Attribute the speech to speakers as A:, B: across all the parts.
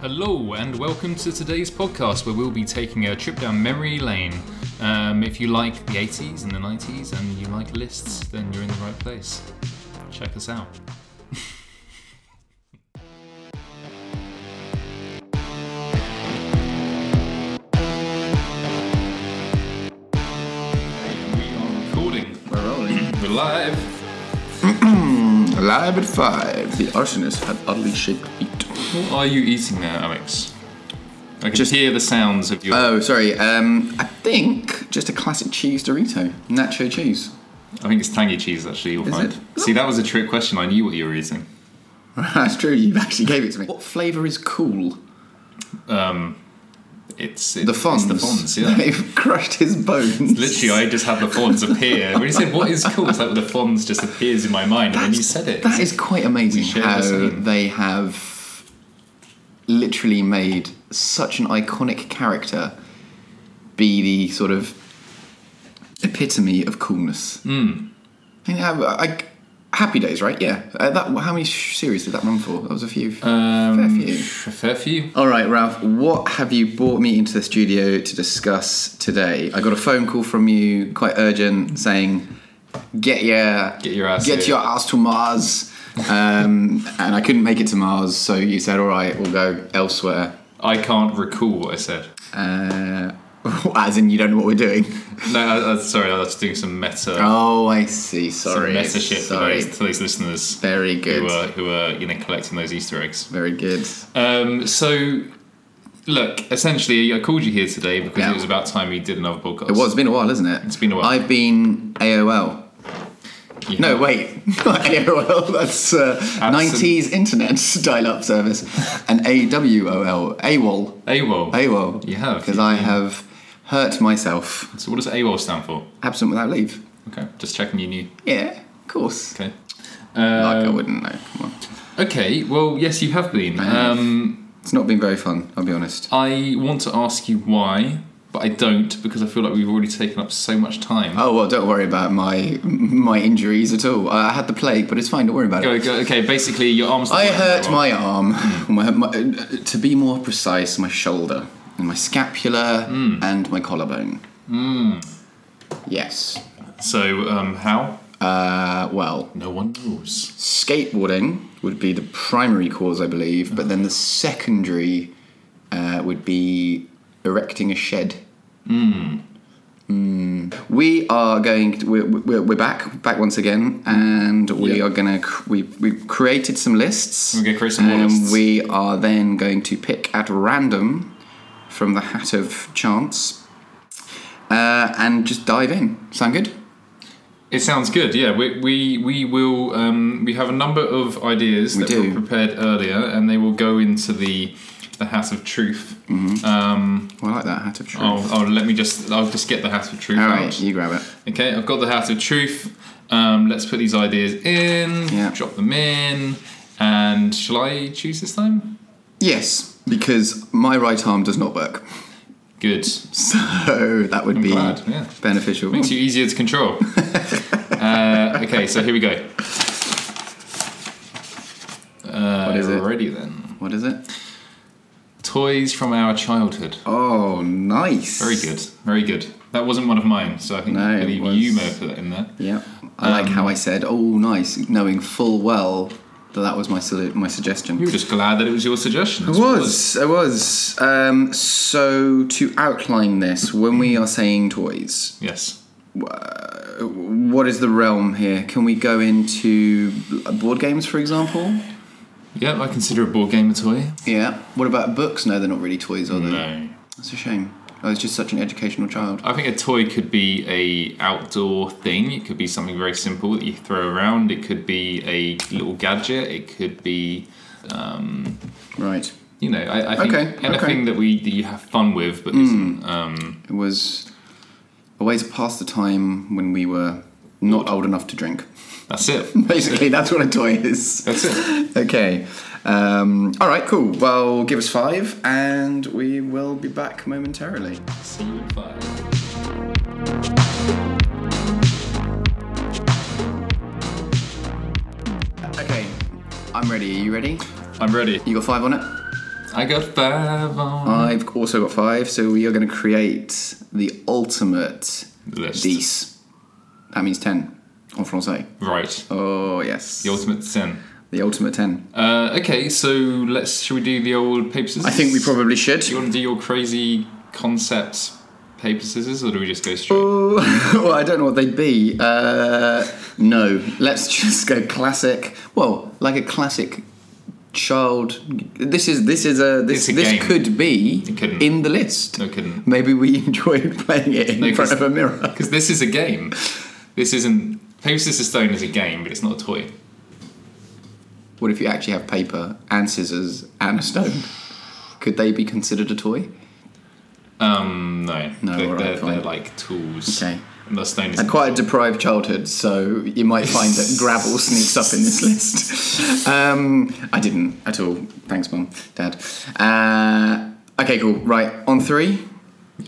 A: Hello, and welcome to today's podcast where we'll be taking a trip down memory lane. Um, if you like the 80s and the 90s and you like lists, then you're in the right place. Check us out. we are recording.
B: We're rolling.
A: We're live.
B: Live at five. The arsonist had oddly shaped feet.
A: What are you eating there, Alex? I can
B: Just-
A: hear the sounds of your.
B: Oh, sorry. Um, I think just a classic cheese Dorito, nacho cheese.
A: I think it's tangy cheese, actually. You'll
B: Is
A: find.
B: it?
A: See, that was a trick question. I knew what you were eating.
B: That's true. You actually gave it to me. What flavour is cool?
A: It's,
B: The
A: It's
B: Fonz.
A: the Fonz, yeah.
B: They've crushed his bones.
A: Literally, I just had the Fonz appear. When you said what is cool, it's like the Fonz just appears in my mind, and then you said it.
B: That is quite amazing
A: share the
B: how
A: same.
B: they have literally made such an iconic character be the sort of epitome of coolness.
A: Hmm.
B: And have, like, Happy Days, right? Yeah. Uh, that how many sh- series did that run for? That was a few. fair
A: Um,
B: few.
A: f- a fair few.
B: All right, Ralph. What have you brought me into the studio to discuss today? I got a phone call from you, quite urgent, saying, "Get your
A: Get your ass
B: get
A: here."
B: your ass to Mars." um, and I couldn't make it to Mars, so you said, "All right, we'll go elsewhere."
A: I can't recall what I said.
B: Uh, as in, you don't know what we're doing.
A: No, I, I, sorry, I was doing some meta,
B: Oh, I see.
A: some
B: Sorry,
A: meta shit for
B: sorry.
A: those, for those listeners
B: Very
A: who
B: good.
A: are who are you uh, know collecting those Easter eggs.
B: Very good.
A: Um, so, look, essentially, I called you here today because
B: Yeah.
A: it was about time we did another podcast.
B: It was it's been a while, isn't it?
A: It's been a while.
B: I've been AOL.
A: You
B: No,
A: know.
B: wait. Not AOL. That's uh,
A: Absent.
B: 90s internet dial-up service. And AWOL. AWOL.
A: AWOL.
B: AWOL.
A: You have,
B: Because I have hurt myself.
A: So, what does AWOL stand for?
B: Absent without leave.
A: Okay, just checking you knew.
B: Yeah, of course.
A: Okay.
B: like, I
A: Um,
B: wouldn't know. Come on.
A: okay, well, yes, you have been.
B: have.
A: Um,
B: It's not been very fun, I'll be honest.
A: I want to ask you why, but I don't because I feel like we've already taken up so much time.
B: Oh, well, don't worry about my my injuries at all. I had the plague, but it's fine. Don't worry about it.
A: Go, go, okay, basically, your arms.
B: I hurt
A: Well,
B: my arm. Mm. My, my, to be more precise, my shoulder, and my scapula, and my collarbone. Yes.
A: So, um, how?
B: Uh, well,
A: No one knows.
B: skateboarding would be the primary cause, I believe, but then the secondary uh, would be erecting a shed. Mm. We are going. To, we're, we're, we're back, back once again, and we
A: Yep.
B: are gonna. cr- We we've created some lists.
A: We're gonna create some more
B: and
A: lists.
B: We are then going to pick at random from the hat of chance, uh, and just dive in. Sound good?
A: It sounds good. Yeah, we we we will. Um, we have a number of ideas that
B: do.
A: were prepared earlier, and they will go into the the hat of truth.
B: Mm-hmm.
A: Um,
B: Well, I like that hat of truth.
A: oh, oh, let me just. I'll just get the hat of truth
B: All
A: out.
B: right, you grab it.
A: Okay, I've got the hat of truth. Um, let's put these ideas in.
B: Yeah.
A: Drop them in. And shall I choose this time?
B: Yes, because my right arm does not work.
A: Good.
B: So that would be
A: glad, yeah.
B: beneficial.
A: Makes you easier to control. uh, okay, so here we go. Uh,
B: What is it?
A: Ready then.
B: What is it?
A: Toys from our childhood.
B: Oh, nice.
A: Very good. Very good. That wasn't one of mine, so I think
B: No,
A: I
B: it
A: believe
B: was-
A: you may have put that in there.
B: Yeah. I like
A: Um,
B: how I said, oh, nice, knowing full well that that was my, solu- my suggestion.
A: You were just glad that it was your suggestion.
B: I was. I was. Um, so to outline this, when we are saying toys, uh,
A: Yes.
B: what is the realm here? Can we go into board games, for example?
A: Yeah, I consider a board game a toy.
B: Yeah. What about books? No, they're not really toys, are they?
A: No.
B: That's a shame. I was just such an educational child.
A: I think a toy could be a outdoor thing. It could be something very simple that you throw around. It could be a little gadget. It could be, um,
B: Right.
A: you know, I, I think
B: Okay, Hmm.
A: anything
B: okay.
A: that we that you have fun with, but isn't. Um,
B: It was a way to pass the time when we were not old enough to drink.
A: that's it.
B: Basically, that's what a toy is.
A: That's it.
B: Okay. Um, all right, cool. Well, give us five, and we will be back momentarily.
A: See you in five.
B: Okay, I'm ready. Are you ready?
A: I'm ready.
B: You got five on it?
A: I got five on
B: I've also got five, so we are going to create the ultimate
A: the list.
B: 10. That means 10 en français.
A: Right.
B: Oh, yes.
A: The ultimate sin.
B: The ultimate 10.
A: Uh, okay, so let's. Should we do the old paper scissors?
B: I think we probably should.
A: Do you want to do your crazy concept paper scissors, or do we just go straight?
B: Oh, well, I don't know what they'd be. Uh, no, let's just go classic. Well, like a classic child. This is this is a
A: It's
B: this
A: a
B: this
A: game.
B: could be
A: It couldn't.
B: in the list.
A: No, couldn't.
B: Maybe we enjoyed playing it in
A: No, 'cause-
B: front of a mirror.
A: Because this is a game. This isn't. Paper scissors stone is a game, but it's not a toy.
B: What if you actually have paper and scissors and a stone? Could they be considered a toy?
A: Um, no.
B: No,
A: They're,
B: alright,
A: they're,
B: fine.
A: they're like tools.
B: Okay.
A: And the stone is.
B: Had quite a deprived childhood, so you might find that gravel sneaks up in this list. Um, I didn't at all. Thanks, mum, dad. Uh, okay, cool. Right on three.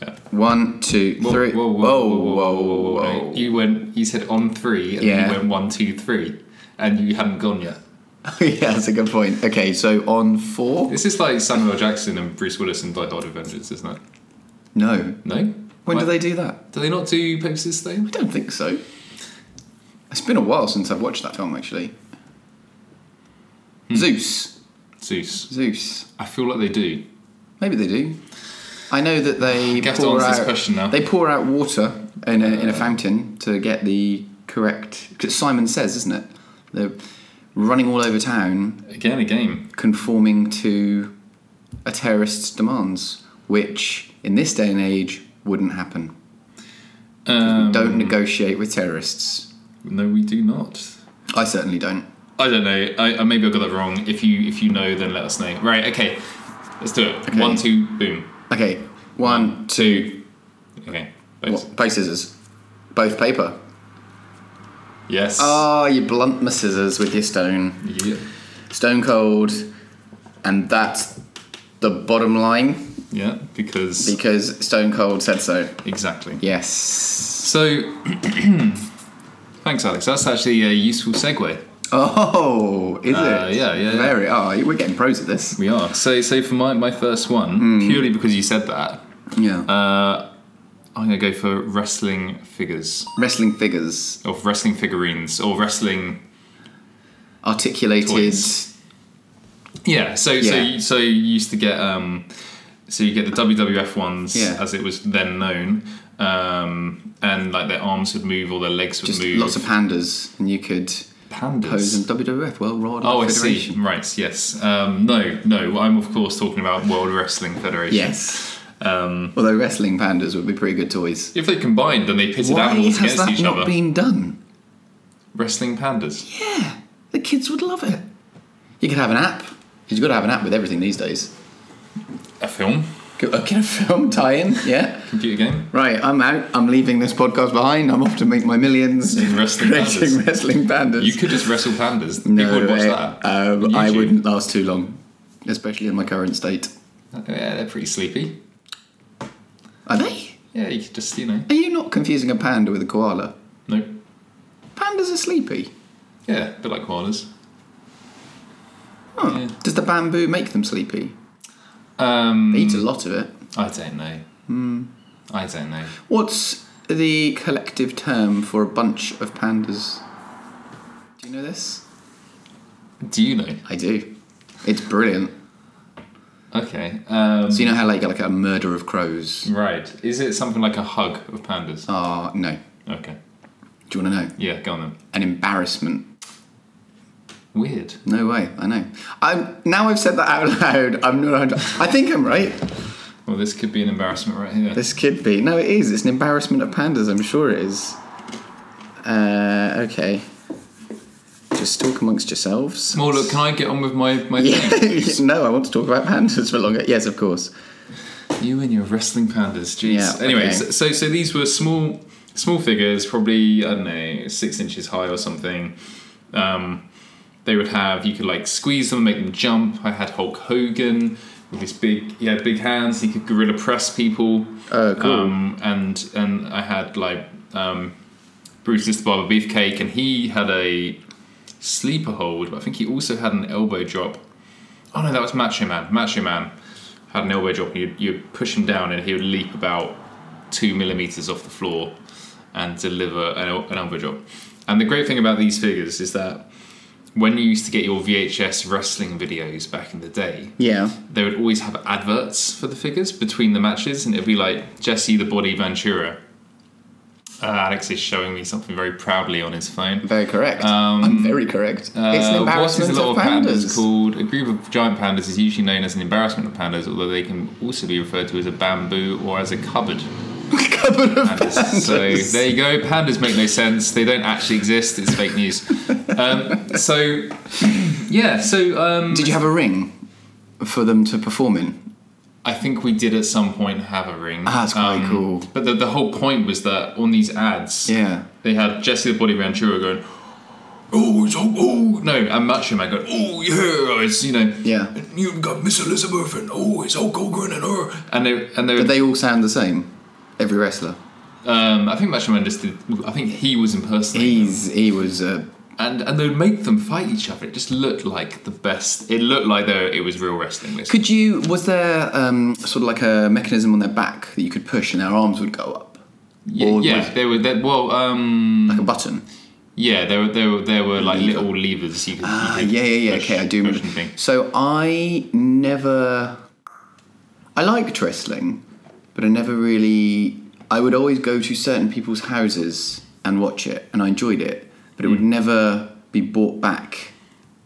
A: Yeah.
B: One, two,
A: Whoa,
B: three. Oh,
A: Whoa, whoa, whoa, whoa, whoa, whoa, whoa,
B: whoa.
A: whoa. You went. You said on three, and then
B: Yeah.
A: you went one, two, three, and you hadn't gone yet.
B: yeah, that's a good point. Okay, so on four.
A: This is like Samuel L. Jackson and Bruce Willis in Die Hard with Vengeance, isn't it?
B: No.
A: No.
B: When
A: Why-
B: do they do that?
A: Do they not do paper scissors
B: I
A: stone?
B: don't think so. It's been a while since I've watched that film, actually.
A: Hmm.
B: Zeus.
A: Zeus.
B: Zeus.
A: I feel like they do.
B: Maybe they do. I know that they
A: You have to
B: pour
A: answer this
B: out-
A: question now. Uh,
B: They pour out water in a, in a fountain to get the correct. Cause Simon says, isn't it? They're running all over town,
A: Again, a game.
B: conforming to a terrorist's demands, which in this day and age wouldn't happen.
A: Um,
B: Don't negotiate with terrorists.
A: No, we do not.
B: I certainly don't.
A: I don't know. I, I maybe I got that wrong. If you if you know, then let us know. Right. Okay. Let's do it.
B: Okay.
A: One, two, boom.
B: Okay, one, two,
A: Okay. Thanks.
B: what, both scissors, both paper.
A: Yes.
B: Ah, you blunt my scissors with your stone.
A: yeah.
B: Stone Cold, and that's the bottom line
A: Yeah. Because
B: because Stone Cold said so.
A: exactly.
B: Yes.
A: So, thanks, Alex. That's actually a useful segue.
B: Oh, is
A: Uh,
B: it?
A: yeah, yeah, yeah.
B: Very. Oh, we're getting pros at this.
A: We are. So, so for my, my first one,
B: Hmm.
A: purely because you said that,
B: Yeah.
A: uh, I'm going to go for wrestling figures,
B: Wrestling figures,
A: or wrestling figurines, or wrestling.
B: articulated.
A: Toys. Yeah. So, so,
B: Yeah.
A: you, so you used to get, um, so you get the WWF ones,
B: Yeah.
A: as it was then known, um, and like their arms would move or their legs would
B: Just
A: move.
B: lots of pandas, and you could
A: pandas.
B: pose in WWF World Wrestling
A: Oh, I see.
B: Federation.
A: Right, yes. Um, no, no. I'm of course talking about World Wrestling Federation.
B: Yes.
A: Um,
B: Although wrestling pandas would be pretty good toys.
A: if they combined and they pitted
B: Why
A: animals
B: has
A: against
B: that
A: each
B: not
A: other,
B: been done?
A: wrestling pandas.
B: Yeah, the kids would love it. You could have an app. 'cause You've got to have an app with everything these days.
A: A film,
B: Could, uh, can a film tie in? Yeah.
A: computer game.
B: Right, I'm out. I'm leaving this podcast behind. I'm off to make my millions
A: In wrestling
B: creating
A: pandas.
B: wrestling pandas.
A: You could just wrestle pandas.
B: no,
A: People would watch
B: I,
A: that.
B: um, I
A: YouTube.
B: wouldn't last too long, especially in my current state.
A: Yeah, they're pretty sleepy.
B: Are they?
A: Yeah, you could just you know.
B: Are you not confusing a panda with a koala?
A: Nope.
B: Pandas are sleepy.
A: Yeah, a bit like koalas.
B: Huh.
A: Yeah.
B: Does the bamboo make them sleepy?
A: Um,
B: They eat a
A: Mm.
B: lot of it.
A: I don't know.
B: Hmm.
A: I don't know.
B: What's the collective term for a bunch of pandas? Do you know this?
A: Do you know?
B: I do. It's brilliant.
A: Okay. Um,
B: So you know how like, like a murder of crows?
A: right. Is it something like a hug of pandas?
B: Ah, no.
A: Okay.
B: Do you want to know?
A: Yeah, go on then.
B: An embarrassment.
A: Weird.
B: No way. I know. I'm now. I've said that out loud. I'm not. 100 I think I'm right.
A: Well, this could be an embarrassment right here.
B: This could be. No, it is. It's an embarrassment of pandas. I'm sure it is. Uh, okay. Just talk amongst yourselves.
A: Well, look, can I get on with my, my thing?
B: Yeah. no, I want to talk about pandas for longer. Yes, of course.
A: You and your wrestling pandas, jeez.
B: Yeah,
A: anyway,
B: okay.
A: so, so so these were small small figures, probably I don't know, six inches high or something. Um, they would have you could like squeeze them, make them jump. I had Hulk Hogan with his big he had big hands. He could gorilla press people.
B: Oh, cool.
A: Um, and and I had like um, Bruce the Barber Beefcake, and he had a sleeper hold. But I think he also had an elbow drop. Oh no, that was Macho Man. Macho Man had an elbow drop, and you'd, you'd push him down, and he would leap about two millimeters off the floor and deliver an, el- an elbow drop. And the great thing about these figures is that when you used to get your VHS wrestling videos back in the day,
B: Yeah.
A: they would always have adverts for the figures between the matches, and it'd be like Jesse the Body Ventura. Uh, Alex is showing me something very proudly on his phone.
B: Very correct.
A: Um,
B: I'm very correct. it's an
A: Uh, what is
B: embarrassment
A: a
B: of
A: lot of pandas.
B: pandas.
A: called? A group of giant pandas is usually known as an embarrassment of pandas, although they can also be referred to as a bamboo or as a cupboard.
B: Cupboard of pandas.
A: So there you go. Pandas make no sense. They don't actually exist. It's fake news. Um, so yeah. So um,
B: Did you have a ring for them to perform in?
A: I think we did at some point have a ring. Um,
B: Ah, that's quite cool.
A: But the, the whole point was that on these ads,
B: Yeah.
A: they had Jesse the Body Ventura going, oh, it's, oh, oh, no, and Macho Man going, oh, yeah, it's, you know,
B: Yeah.
A: and you've got Miss Elizabeth and, oh, it's Hulk Hogan and her. And they, and they,
B: But they all sound the same. Every wrestler.
A: um, I think Macho Man just did, I think he was impersonating
B: He's he was uh,
A: and and they would make them fight each other. It just looked like the best. It looked like though it was real wrestling. Basically.
B: Could you? Was there um, sort of like a mechanism on their back that you could push and their arms would go up,
A: Yeah,
B: or
A: yeah
B: was-
A: they were. They, well, um,
B: like a button?
A: yeah, there were there were there were like little levers you could.
B: Ah,
A: you could
B: yeah, yeah, yeah.
A: push-
B: Okay, I do
A: push
B: remember.
A: and thing.
B: So I never. I liked wrestling, but I never really. I would always go to certain people's houses and watch it, and I enjoyed it, but it would
A: Mm.
B: never be brought back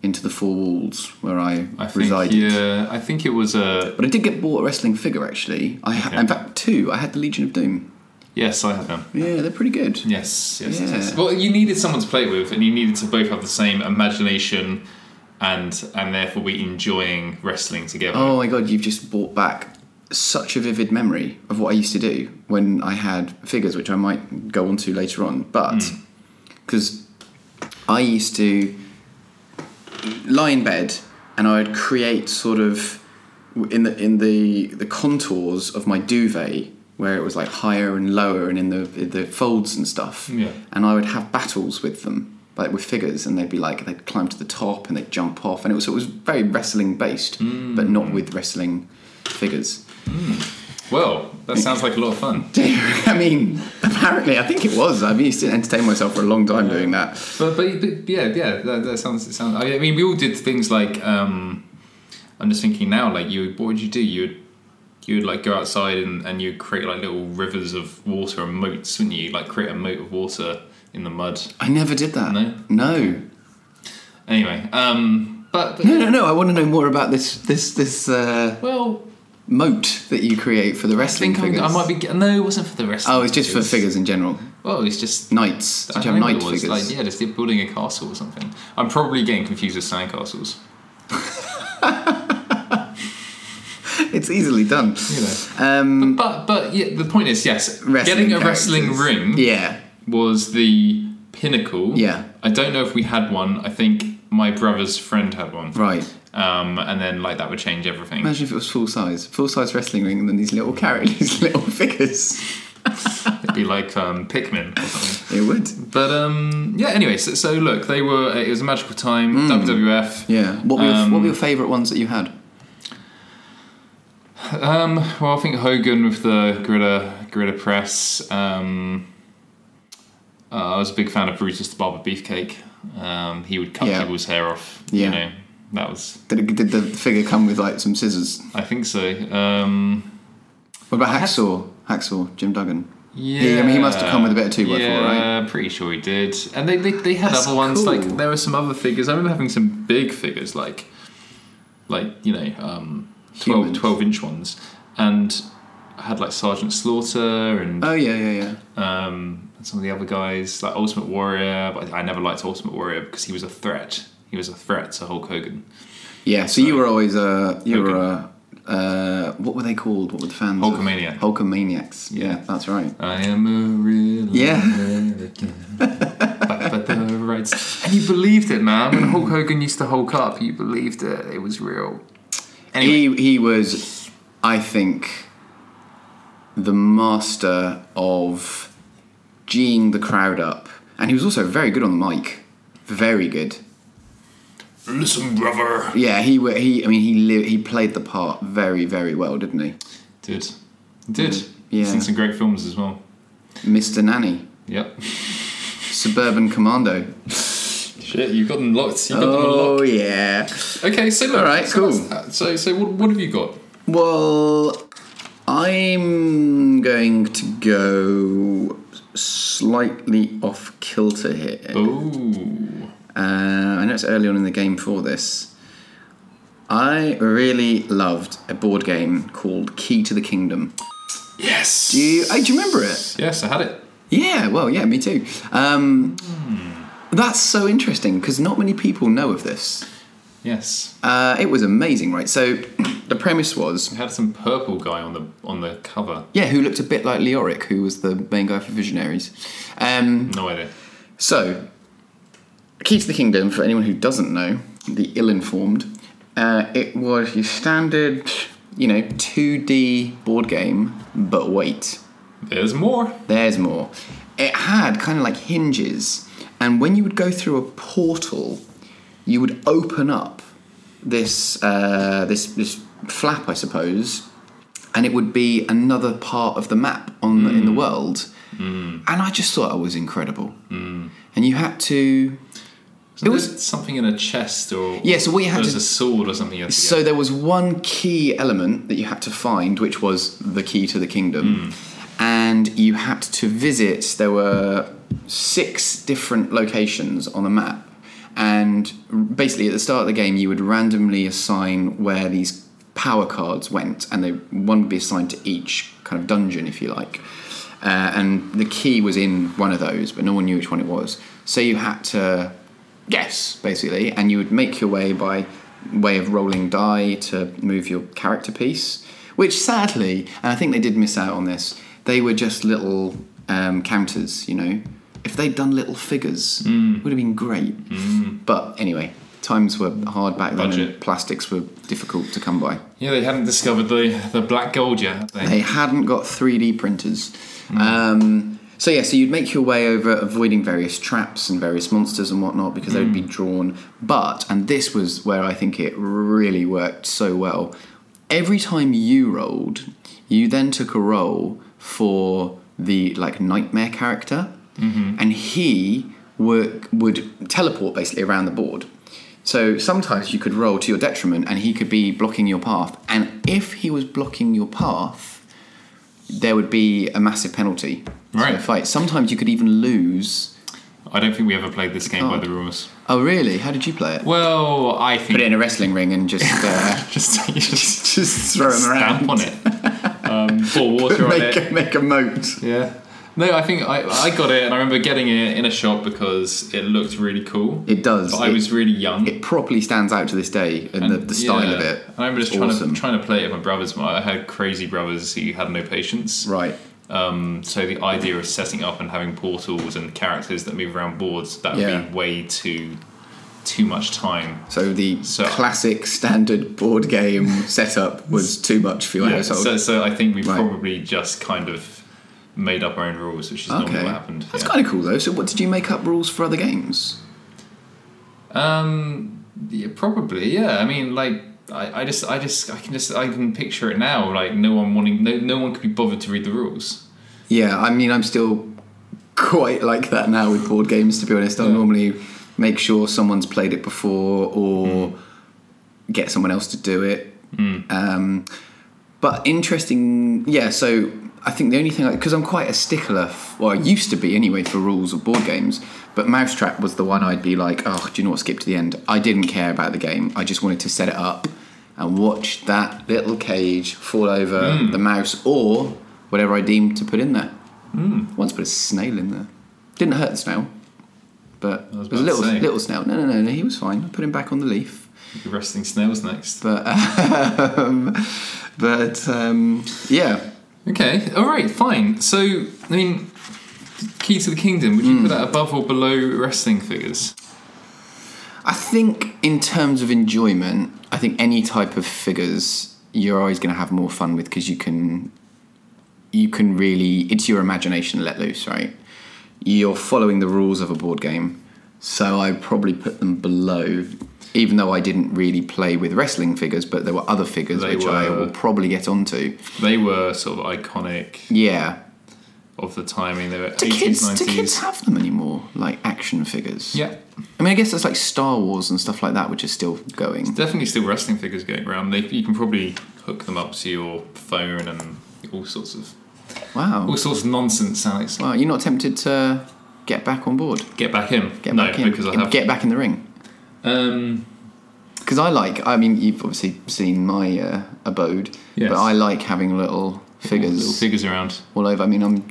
B: into the four walls where I,
A: I think
B: resided.
A: yeah, I think it was a
B: But I did get bought a wrestling figure actually. I ha-
A: Okay.
B: in fact two. I had the Legion of Doom.
A: yes. I had them.
B: Yeah, they're pretty good.
A: Yes, yes, yes,
B: Yeah.
A: yes. Well, you needed someone to play with, and you needed to both have the same imagination, and and therefore be enjoying wrestling together.
B: Oh my god, you've just brought back such a vivid memory of what I used to do when I had figures, which I might go on to later on. But because I used to lie in bed and I would create sort of in the in the the contours of my duvet where it was like higher and lower and in the in the folds and stuff.
A: Yeah.
B: And I would have battles with them, like with figures, and they'd be like they'd climb to the top and they'd jump off, and it was it was very wrestling based, but
A: Mm.
B: not with wrestling figures.
A: Well, that sounds like a lot of fun.
B: I mean, apparently, I think it was. I used to entertain myself for a long time doing that.
A: But but, but yeah, yeah, that, that sounds it sounds. I mean, we all did things like. um I'm just thinking now, like you, what would you do? You would you would like go outside and and you would create like little rivers of water and moats, wouldn't you? Like create a moat of water in the mud.
B: I never did that.
A: No?
B: No.
A: Anyway, um, but,
B: No, no, no. I want to know more about this this this uh,
A: well,
B: moat that you create for the
A: I
B: wrestling
A: think I'm,
B: figures.
A: I might be. get- No, it wasn't for the rest.
B: Oh, it's just for figures in general.
A: Well, it's just. I
B: Knights. Did you have
A: don't know
B: knight
A: what it was.
B: figures?
A: Like, yeah, just did building a castle or something. I'm probably getting confused with sandcastles.
B: It's easily done.
A: You know.
B: Um,
A: But but yeah, the point is yes,
B: wrestling
A: getting a wrestling
B: characters.
A: ring
B: Yeah.
A: was the pinnacle.
B: Yeah.
A: I don't know if we had one. I think my brother's friend had one.
B: Right.
A: Um, and then like that would change everything.
B: Imagine if it was full size, full size wrestling ring, and then these little characters, these little figures.
A: It'd be like um, Pikmin. Or something.
B: It would.
A: But um, yeah. Anyway, so, so look, they were. It was a magical time.
B: Mm.
A: WWF.
B: Yeah. What were your,
A: Um,
B: what were your favourite ones that you had?
A: Um, well, I think Hogan with the Gorilla Gorilla Press. Um, uh, I was a big fan of Brutus the Barber Beefcake. Um, he would cut
B: Yeah.
A: people's hair off.
B: Yeah.
A: You know, that was.
B: Did, it, did the figure come with like some scissors?
A: I think so. Um,
B: What about Hacksaw? Hacksaw, Jim Duggan.
A: yeah.
B: I mean, he must have come with a bit of 2x4,
A: Yeah, pretty sure he did. And they they, they had
B: That's
A: other ones. Like
B: cool.
A: there were some other figures. I remember having some big figures, like like you know, um, 12,
B: Humans.
A: 12 inch ones, and I had like Sergeant Slaughter and
B: Oh yeah, yeah, yeah.
A: um, and some of the other guys, like Ultimate Warrior. But I never liked Ultimate Warrior because he was a threat. He was a threat to Hulk Hogan.
B: Yeah, so you were always a you were
A: Hogan.
B: a uh, what were they called? What were the fans? of-
A: Hulkamaniac.
B: Hulkamaniacs. Yeah,
A: Yeah.
B: that's right.
A: I am a real
B: Yeah.
A: American. Back by the rights. And you believed it, man. When Hulk Hogan used to Hulk up, you believed it. It was real. Anyway,
B: He he was, I think, the master of geeing the crowd up, and he was also very good on the mic. Very good.
A: listen, brother.
B: Yeah, he wa- he. I mean, he li- he played the part very very well, didn't he?
A: Did. Did.
B: Yeah.
A: Seen some great films as well.
B: Mr. Nanny,
A: Yep.
B: Suburban Commando.
A: Shit, you've got them locked. You've got them locked.
B: Oh yeah.
A: Okay, so look,
B: All right,
A: so that's
B: cool.
A: that. So, so what, what have you got?
B: Well, I'm going to go slightly off kilter here.
A: Oh,
B: Uh, I know it's early on in the game for this. I really loved a board game called Key to the Kingdom.
A: yes.
B: Do you, oh, do you remember it?
A: Yes, I had it.
B: Yeah, well, yeah, me too. Um, That's so interesting because not many people know of this.
A: Yes,
B: Uh, it was amazing, right? So the premise was
A: it had some purple guy on the on the cover.
B: Yeah, who looked a bit like Leoric, who was the main guy for Visionaries. Um,
A: No idea.
B: so, Key to the Kingdom, for anyone who doesn't know, the ill informed, uh, it was your standard, you know, 2D board game, but wait,
A: There's more.
B: there's more. It had kind of like hinges, and when you would go through a portal, you would open up this uh, this this flap, I suppose, and it would be another part of the map on the, in the world. And I just thought it was incredible. And you had to
A: It
B: was-
A: was something in a chest or
B: Yeah, so what you had
A: there was
B: to-
A: a sword or something. You had to
B: So there was one key element that you had to find, which was the key to the kingdom. And you had to visit, there were six different locations on the map. And basically, at the start of the game, you would randomly assign where these power cards went, and they, one would be assigned to each kind of dungeon, if you like. Uh, and the key was in one of those, but no one knew which one it was. So you had to guess basically, and you would make your way by way of rolling die to move your character piece. Which sadly, and I think they did miss out on this, they were just little um, counters. You know, if they'd done little figures, it would have been great. But anyway, times were hard back then,
A: Budget.
B: and plastics were difficult to come by.
A: Yeah, they hadn't discovered the the black gold yet. Had they?
B: They hadn't got 3D printers. Um, so yeah, so you'd make your way over, avoiding various traps and various monsters and whatnot because they would be drawn. But and this was where I think it really worked so well. Every time you rolled, you then took a roll for the like nightmare character, and he would would teleport basically around the board. So sometimes you could roll to your detriment, and he could be blocking your path. And if he was blocking your path, there would be a massive penalty for
A: Right.
B: a fight. Sometimes you could even lose.
A: I don't think we ever played this game by
B: Card.
A: the rules.
B: Oh, really? How did you play it?
A: Well, I think
B: Put it in a wrestling ring and just uh,
A: just, just
B: just throw him around.
A: stamp on it. Um, pour water on it.
B: Make a, make a moat.
A: Yeah. No, I think I, I got it, and I remember getting it in a shop because it looked really cool.
B: It does.
A: But I
B: It-
A: was really young.
B: It properly stands out to this day and, the, the style
A: Yeah.
B: of it.
A: And I remember just
B: It's
A: trying
B: awesome.
A: to trying to play it with my brothers. I had crazy brothers who had no patience.
B: Right.
A: Um, so the idea of setting up and having portals and characters that move around boards that would
B: Yeah.
A: be way too too much time.
B: So the
A: So-
B: classic standard board game setup was too much for your
A: Yeah,
B: household.
A: so, so I think we
B: Right.
A: probably just kind of made up our own rules, which is normally
B: okay.
A: what happened.
B: That's
A: yeah.
B: kind of cool though. So what did you make up rules for other games?
A: Um, yeah, probably, yeah. I mean, like, I, I just, I just, I can just, I can picture it now. Like, no one wanting, no, no one could be bothered to read the rules.
B: Yeah, I mean, I'm still quite like that now with board games. To be honest, I'll normally make sure someone's played it before or get someone else to do it.
A: Hmm.
B: Um, but interesting, yeah. So I think the only thing, because I'm quite a stickler, f- well, I used to be anyway for rules of board games. But Mousetrap was the one I'd be like, oh, do you know what? Skip to the end. I didn't care about the game. I just wanted to set it up and watch that little cage fall over
A: Hmm.
B: the mouse or whatever I deemed to put in there.
A: Hmm.
B: Once put a snail in there. Didn't hurt the snail, but
A: was
B: it was, a
A: about to
B: little
A: say.
B: little snail. No, no, no, no. He was fine. I put him back on the leaf.
A: You're wrestling snails next.
B: But um, but um, yeah,
A: Okay, all right, fine. So, I mean, Key to the Kingdom. Would you
B: Hmm.
A: put that above or below wrestling figures?
B: I think in terms of enjoyment, I think any type of figures you're always going to have more fun with because you can you can really it's your imagination let loose, right? You're following the rules of a board game, so I probably put them below even though I didn't really play with wrestling figures, but there were other figures
A: They
B: which I
A: were-
B: will probably get onto.
A: They were sort of iconic
B: Yeah.
A: of the timing. They were
B: Do
A: 80s,
B: kids
A: 90s.
B: do kids have them anymore? Like action figures?
A: Yeah.
B: I mean, I guess it's like Star Wars and stuff like that, which is still going.
A: Definitely still wrestling figures going around. They, you can probably hook them up to your phone and all sorts of
B: Wow.
A: all sorts of nonsense, Alex.
B: Wow, you're not tempted to get back on board?
A: Get back in.
B: Get
A: no,
B: back in.
A: because I have.
B: Get back in the ring.
A: um,
B: Because I like, I mean, you've obviously seen my uh, abode,
A: Yes.
B: but I like having little figures
A: Little figures around.
B: all over. I mean, I'm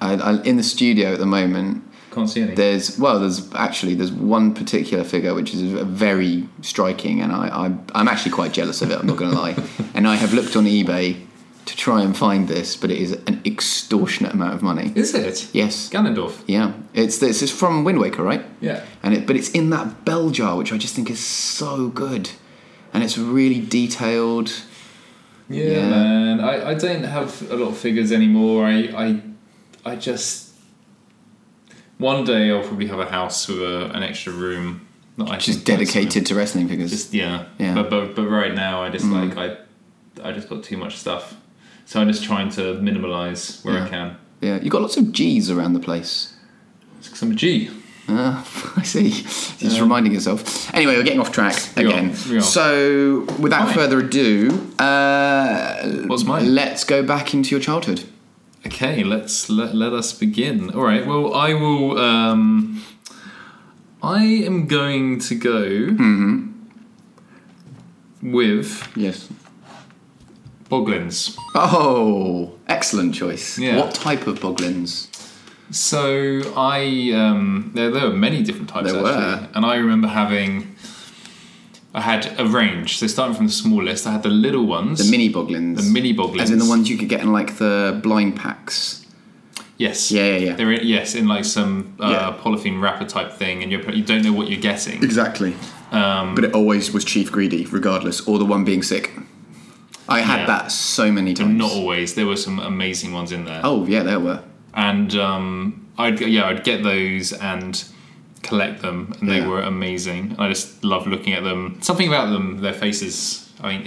B: I, I, in the studio at the moment.
A: Can't see any.
B: There's well, there's actually there's one particular figure which is very striking, and I, I I'm actually quite jealous of it. I'm not going to lie, and I have looked on eBay to try and find this, but it is an extortionate amount of money.
A: Is it?
B: Yes,
A: Ganondorf.
B: yeah, it's this is from Wind Waker, right?
A: Yeah.
B: and it but it's in that bell jar which I just think is so good, and it's really detailed.
A: Yeah,
B: Yeah.
A: man. I, I don't have a lot of figures anymore. I, I I just one day I'll probably have a house with a, an extra room that I
B: Which
A: can
B: is
A: put some in.
B: dedicated to wrestling figures.
A: Just yeah. Mm.
B: Yeah.
A: But, but but right now I just like I I just got too much stuff, so I'm just trying to minimalise where
B: Yeah.
A: I can.
B: yeah, you have got lots of G's around the place.
A: Because I'm a G.
B: Ah, I see. Just reminding yourself. Anyway, we're getting off track
A: Um, We are,
B: again.
A: we are.
B: So, without
A: Fine.
B: further ado, uh,
A: What's mine?
B: Let's go back into your childhood.
A: Okay, let's let, let us begin. All right. Well, I will. Um, I am going to go Mm-hmm. with
B: Yes.
A: Boglins.
B: Oh, excellent choice.
A: Yeah.
B: What type of boglins?
A: So I um, there there were many different types
B: There were.
A: actually, and I remember having. I had a range. So starting from the smallest, I had the little ones,
B: The mini boglins.
A: the mini boglins,
B: As in the ones you could get in like the blind packs.
A: Yes.
B: Yeah, yeah, yeah.
A: They're in, yes, in like some uh,
B: Yeah.
A: polythene wrapper type thing, and you're you don't know what you're getting.
B: Exactly.
A: Um,
B: but it always was Chief Greedy, regardless, or the one being sick. I had
A: Yeah.
B: that so many times.
A: Not always. There were some amazing ones in there.
B: oh yeah, there were.
A: and um, I'd yeah I'd get those and collect them, and they
B: Yeah.
A: were amazing. I just love looking at them. Something about them, their faces. I mean,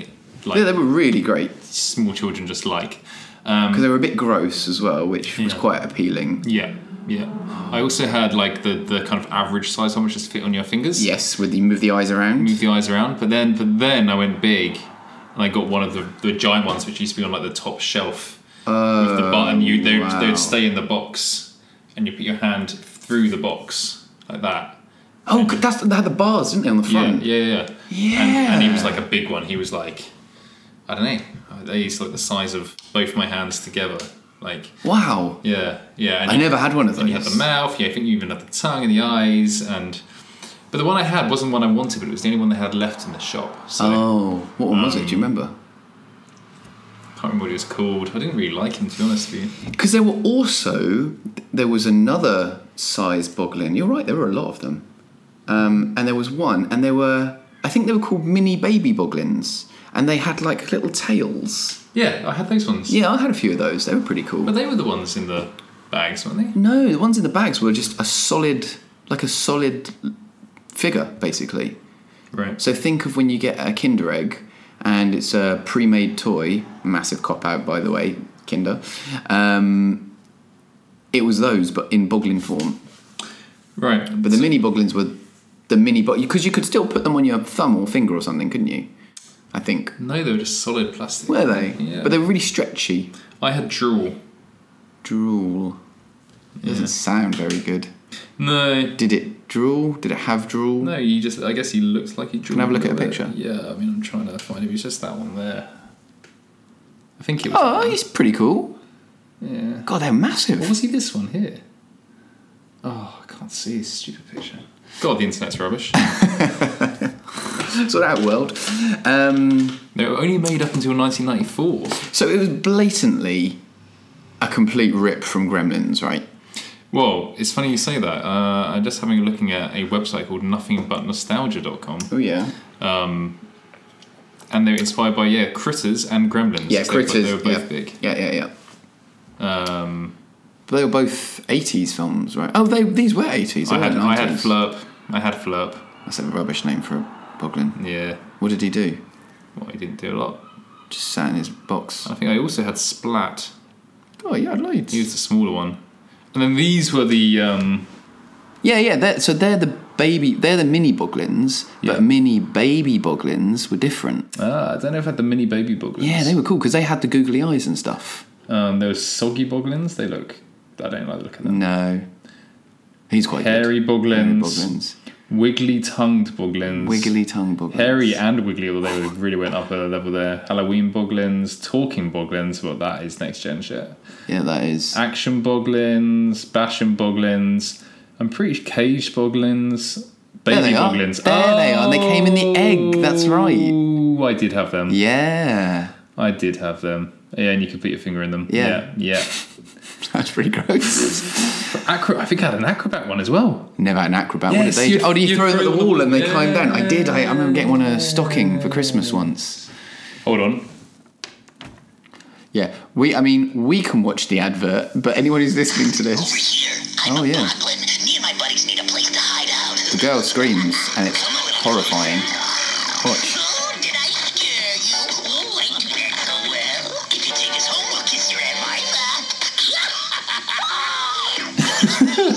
A: like
B: Yeah, they were really great
A: small children just like.
B: because they were a bit gross as well, which was
A: Yeah.
B: quite appealing.
A: Yeah, yeah. I also had like the the kind of average size, how much does fit on your fingers?
B: Yes, with the move the eyes around.
A: Move the eyes around, but then but then I went big, and I got one of the, the giant ones, which used to be on like the top shelf with the button. You they would they
B: Oh, wow.
A: would stay in the box, and you put your hand through the box like that.
B: Oh, good, that's they had the bars, didn't they, on the
A: Yeah,
B: front?
A: yeah, yeah. And, and he was
B: Yeah.
A: like a big one. He was like, I don't know. They used like the size of both my hands together. Like,
B: Wow,
A: yeah, yeah. And
B: I
A: you-
B: never had one of
A: and you had the
B: those.
A: mouth. Yeah, I think you even had the tongue and the eyes. And but the one I had wasn't one I wanted, but it was the only one they had left in the shop. So
B: Oh, what one was it? Do you remember?
A: I can't remember what it was called. I didn't really like him to be honest with you.
B: Because there were also there was another size boglin. You're right, there were a lot of them, um, and there was one, and they were I think they were called mini baby boglins, and they had like little tails.
A: Yeah, I had those ones.
B: Yeah, I had a few of those. They were pretty cool.
A: But they were the ones in the bags, weren't they?
B: No, the ones in the bags were just a solid, like a solid figure, basically.
A: Right.
B: So think of when you get a Kinder Egg and it's a pre made toy, massive cop out, by the way, Kinder. Um, it was those, but in boglin form.
A: Right.
B: But the mini boglins were the mini bog because you could still put them on your thumb or finger or something, couldn't you? I think.
A: no, they were just solid plastic.
B: Were they?
A: Yeah.
B: But they were really stretchy.
A: I had drool.
B: Drool. Doesn't sound very good.
A: No,
B: Did it drool? Did it have drool?
A: No, you just. I guess he looks like he drew.
B: Can I have a look at a
A: little
B: picture?
A: bit. Yeah, I mean, I'm trying to find him. It's just that one there. I think it was.
B: Oh, he's pretty cool.
A: Yeah.
B: God, they're
A: Or
B: massive.
A: was he this one here? Oh, I can't see his stupid picture. God, the internet's rubbish.
B: Sort of out world. Um,
A: they were only made up until 1994.
B: So it was blatantly a complete rip from Gremlins, right?
A: Well, it's funny you say that. Uh, I'm just having a looking at a website called nothingbutnostalgia.com,
B: Oh yeah.
A: and they were inspired by yeah, Critters and Gremlins.
B: Yeah,
A: They were-
B: Critters.
A: They were both
B: yeah.
A: big.
B: Yeah, yeah, yeah.
A: Um,
B: But they were both '80s films, right? Oh, they these were '80s. they
A: I had
B: weren't
A: I had
B: 90s.
A: Flurp. I had Flurp.
B: That's a rubbish name for a Boglin.
A: Yeah.
B: What did he do?
A: Well, he didn't do a lot.
B: Just sat in his box.
A: I think I also had Splat.
B: Oh, yeah, loads.
A: Uh, He was the smaller one. And then these were the. Um,
B: Yeah, yeah. They're, so they're the baby. They're the mini Boglins,
A: Yeah.
B: but mini baby Boglins were different.
A: ah, I don't know if I had the mini baby boglins.
B: Yeah, they were cool because they had the googly eyes and stuff.
A: Um, there was soggy boglins. They look. I don't like the look of them.
B: No, he's quite
A: Hairy
B: Mm, good. Hairy
A: boglins,
B: Boglins,
A: wiggly tongued boglins,
B: wiggly tongue Boglins,
A: hairy and wiggly. Although they really went up a level there. Halloween boglins, talking boglins. Well, that is next gen shit.
B: Yeah, that is.
A: Action boglins, bashing boglins. I'm pretty sure caged boglins, baby
B: There they are.
A: boglins.
B: There they are, and they came in the egg, that's right.
A: Oh, I did have them.
B: Yeah,
A: I did have them. Yeah, and you could put your finger in them.
B: Yeah.
A: yeah. yeah.
B: that's pretty gross.
A: Acro- I think I had an acrobat one as well.
B: Never had an acrobat.
A: Yes,
B: what did they?
A: you-
B: do? Oh, do you,
A: you
B: throw them at the
A: threw them
B: wall and they
A: all-
B: climb down? I did. I, I remember getting one a
A: Yeah.
B: stocking for Christmas once.
A: Hold on.
B: Yeah, we. I mean, we can watch the advert, but anyone who's listening to this,
C: Over here. I'm
B: Oh,
C: a
B: yeah.
C: Boglin. Me and my buddies need a place to hide out.
B: the girl screams and it's horrifying. Watch.
C: Oh, did I scare you? Oh, I do that so well. If you take us home, we'll kiss your and my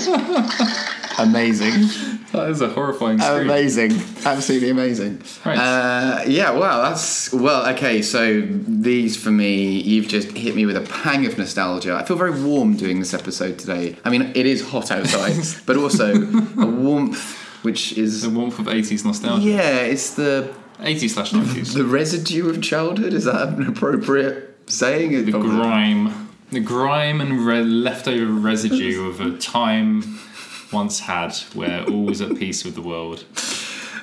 C: back.
B: Amazing.
A: That is a
B: Uh,
A: horrifying scream.
B: Amazing. Absolutely amazing.
A: Right.
B: Uh, yeah, wow, that's. Well, okay, so these for me, you've just hit me with a pang of nostalgia. I feel very warm doing this episode today. I mean, it is hot outside, but also a warmth which
A: The
B: is.
A: warmth of 80s nostalgia.
B: Yeah, it's the
A: 80s slash 90s.
B: the residue of childhood. Is that an appropriate saying?
A: The grime. The grime and re- leftover residue of a time once had where all was at peace with the world.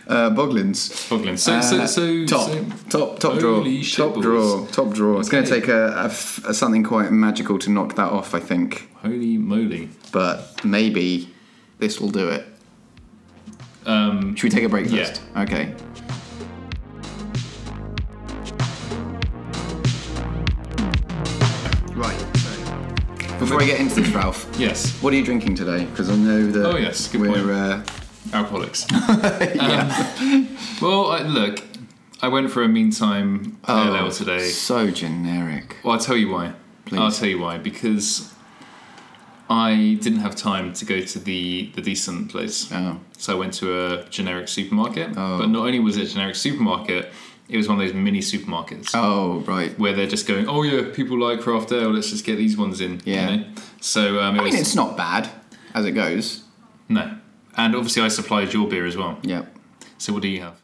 B: Uh, Boglins.
A: Boglin. So, so,
B: Uh,
A: so,
B: top,
A: so-
B: top, top draw,
A: Holy shit
B: top
A: balls.
B: draw, top draw. It's going to
A: Okay.
B: take a, a f- a something quite magical to knock that off, I think.
A: Holy moly.
B: But maybe this will do it.
A: Um,
B: Should we take a break
A: Yeah.
B: first? Okay. Right. So before I get into this, Ralph,
A: yes,
B: what are you drinking today? Because I know that
A: Oh, yes, good
B: we're
A: point.
B: Uh,
A: alcoholics. Um,
B: yeah.
A: well, I, look, I went for a meantime
B: Oh,
A: parallel today.
B: So generic.
A: Well, I'll tell you why.
B: Please.
A: I'll tell you why because I didn't have time to go to the the decent place.
B: Oh.
A: So I went to a generic supermarket.
B: Oh.
A: But not only was it a generic supermarket, it was one of those mini supermarkets
B: Oh right.
A: where they're just going, "Oh yeah, people like craft ale. Let's just get these ones in."
B: Yeah.
A: You know? So um, it
B: I mean,
A: was
B: it's not bad as it goes.
A: no, and obviously I supplied your beer as well.
B: Yep.
A: So what do you have?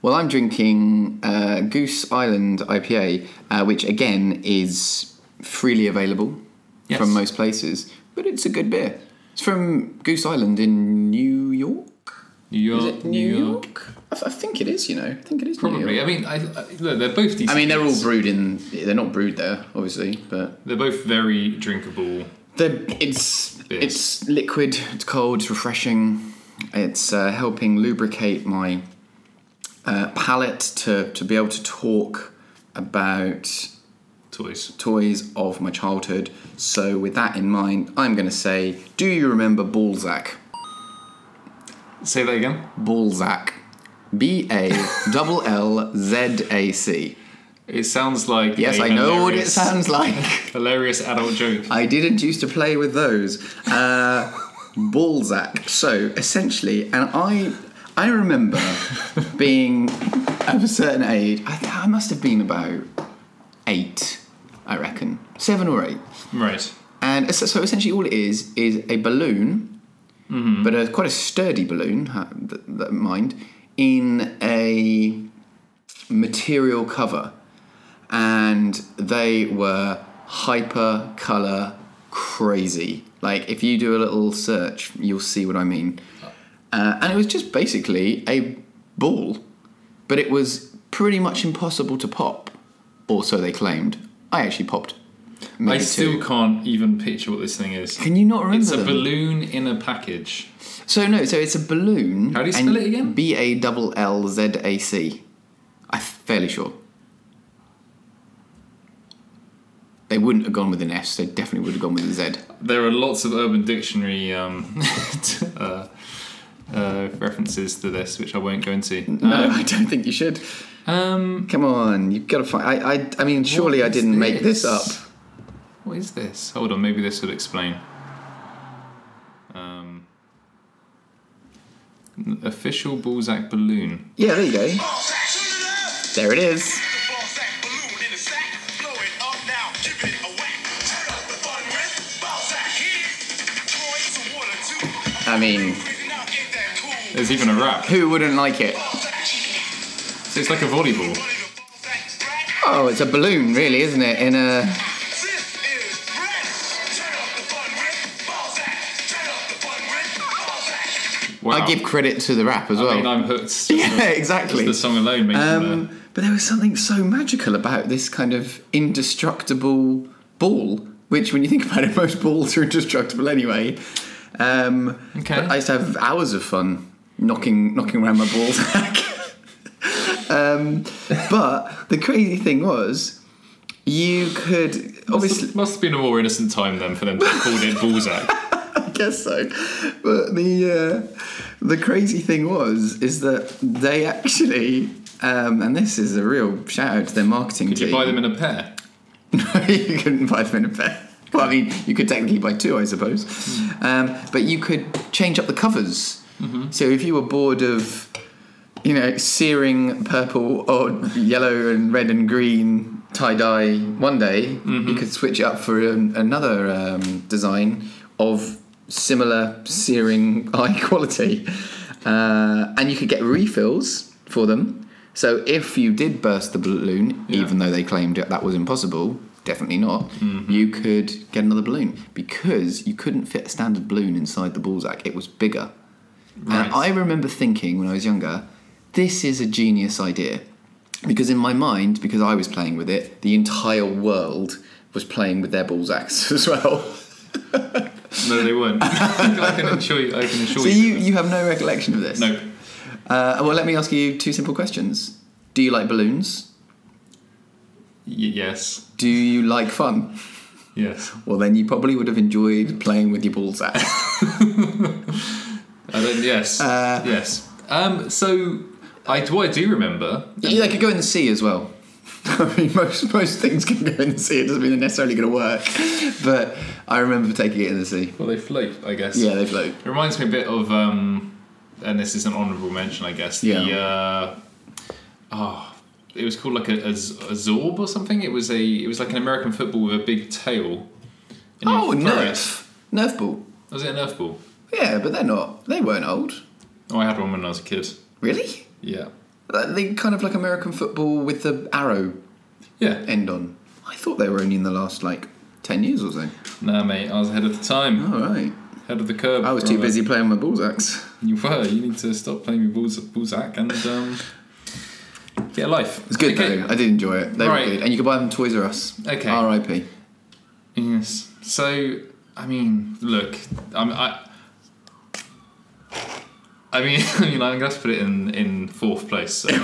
B: Well, I'm drinking uh, Goose Island IPA, uh, which again is freely available
A: Yes.
B: from most places, but it's a good beer. It's from Goose Island in New York.
A: New York.
B: Is it New York? I, th- I think it is. You know, I think it is. New
A: Probably.
B: York.
A: I mean, I, I, look, they're both decent.
B: I mean, they're all
A: beers.
B: brewed in. They're not brewed there, obviously, but
A: They're both very drinkable.
B: they're, it's
A: Beers.
B: it's liquid. It's cold. It's refreshing. It's uh, helping lubricate my uh, palate to to be able to talk about
A: Toys.
B: toys of my childhood. So, with that in mind, I'm going to say, do you remember Balzac?
A: Say that again.
B: Balzac. B A L L Z A C.
A: It sounds like
B: Yes,
A: a
B: I know what it
A: hilarious-
B: sounds like.
A: Hilarious adult joke.
B: I didn't used to play with those. Uh, Balzac. So, essentially, and I. I remember being of a certain age. I, th- I must have been about eight, I reckon, seven or eight.
A: Right.
B: And es- so essentially, all it is is a balloon,
A: Mm-hmm.
B: but a quite a sturdy balloon, ha- th- th- mind, in a material cover, and they were hyper color crazy. Like if you do a little search, you'll see what I mean. Uh, and it was just basically a ball, but it was pretty much impossible to pop, or so they claimed. I actually popped. Maybe
A: I still
B: two.
A: can't even picture what this thing is.
B: Can you not remember
A: It's a
B: them?
A: balloon in a package.
B: So no, so it's a balloon.
A: How do you spell it again?
B: B a double L Z A C. I'm fairly sure. They wouldn't have gone with an S. They definitely would have gone with a Z.
A: There are lots of Urban Dictionary um, t- uh, uh, references to this, which I won't go into.
B: No, I don't think you should.
A: Um,
B: Come on, you've got to find. I, I, I mean, surely I
A: is
B: didn't make this up.
A: this? what is this? Hold on, maybe this will explain. Um, n- official Balzac balloon.
B: Yeah, there you go.
C: Ball sack.
B: There
C: Turn it up.
B: it is.
C: The ball sack balloon in the sack. Blow it up now. Give it a whack. Turn up the fun with ball sack. Hit it. Throw it some water too.
B: I mean,
C: Crazy now, ain't that cool?
A: There's even a rap.
B: who wouldn't like it?
C: Ball sack. Check it out.
A: So it's like a volleyball.
C: Money to ball sack. Right.
B: Oh, it's a balloon, really, isn't it? In a
C: This is Brett. Turn up the fun with ball sack. Turn up the fun with ball sack.
A: Wow.
B: I give credit to the rap as
A: I mean,
B: well.
A: I'm hooked.
B: Yeah, exactly.
A: Just the song alone makes me.
B: Um, but there was something so magical about this kind of indestructible ball, which, when you think about it, most balls are indestructible anyway. Um,
A: Okay.
B: but I used to have hours of fun knocking knocking around my balls. um, but the crazy thing was, you could
A: Must,
B: obviously
A: have- must have been a more innocent time then for them to have called it Balzac.
B: guess so. But the uh, the crazy thing was is that they actually, um, and this is a real shout out to their marketing
A: Did
B: team.
A: you buy them in a pair?
B: no, you couldn't buy them in a pair. Well, I mean, you could technically buy two, I suppose. Um, but you could change up the covers. So if you were bored of, you know, searing purple or yellow and red and green tie dye one day, you could switch it up for an, another um, design of similar searing eye quality. Uh, and you could get refills for them. So if you did burst the balloon,
A: Yeah.
B: even though they claimed that that was impossible, definitely not, you could get another balloon because you couldn't fit a standard balloon inside the Balzac. It was bigger.
A: Right.
B: And I remember thinking when I was younger, this is a genius idea. Because in my mind, because I was playing with it, the entire world was playing with their Balzacs as well.
A: No, they weren't. I can assure you. I can assure
B: So
A: you.
B: you, you have no recollection of this?
A: no.
B: Uh, well, let me ask you two simple questions. Do you like balloons?
A: Y- yes.
B: Do you like fun?
A: Yes.
B: Well, then you probably would have enjoyed playing with your Balzac.
A: I don't, yes.
B: Uh,
A: yes. Um, so, I, what I do remember.
B: Yeah, they could go in the sea as well. I mean, most most things can go in the sea. It doesn't mean they're necessarily going to work. But I remember taking it in the sea.
A: Well, they float, I guess.
B: Yeah, they float.
A: It reminds me a bit of, um, and this is an honourable mention, I guess. The,
B: Yeah.
A: uh, oh, it was called like a, a, z- a zorb or something. It was a, it was like an American football with a big tail. And you
B: Oh,
A: throw it.
B: Nerf. Nerf ball.
A: Was it a Nerf ball?
B: Yeah, but they're not. They weren't old.
A: Oh, I had one when I was a kid.
B: Really?
A: Yeah.
B: Like, They kind of like American football with the arrow
A: Yeah.
B: end on. I thought they were only in the last like 10 years or so.
A: Nah, mate, I was ahead of the time.
B: All right.
A: Ahead of the curve.
B: I was too
A: brother.
B: busy playing with Balzacs.
A: You were. You need to stop playing with Balls- Balzac and um, get a life.
B: It's good
A: okay.
B: though. I did enjoy it. They
A: Right.
B: were good. And you could buy them at Toys R Us.
A: Okay.
B: R.I.P.
A: Yes. So, I mean, look, I'm, I. I mean, I mean, I'm going to put it in, in fourth place. So.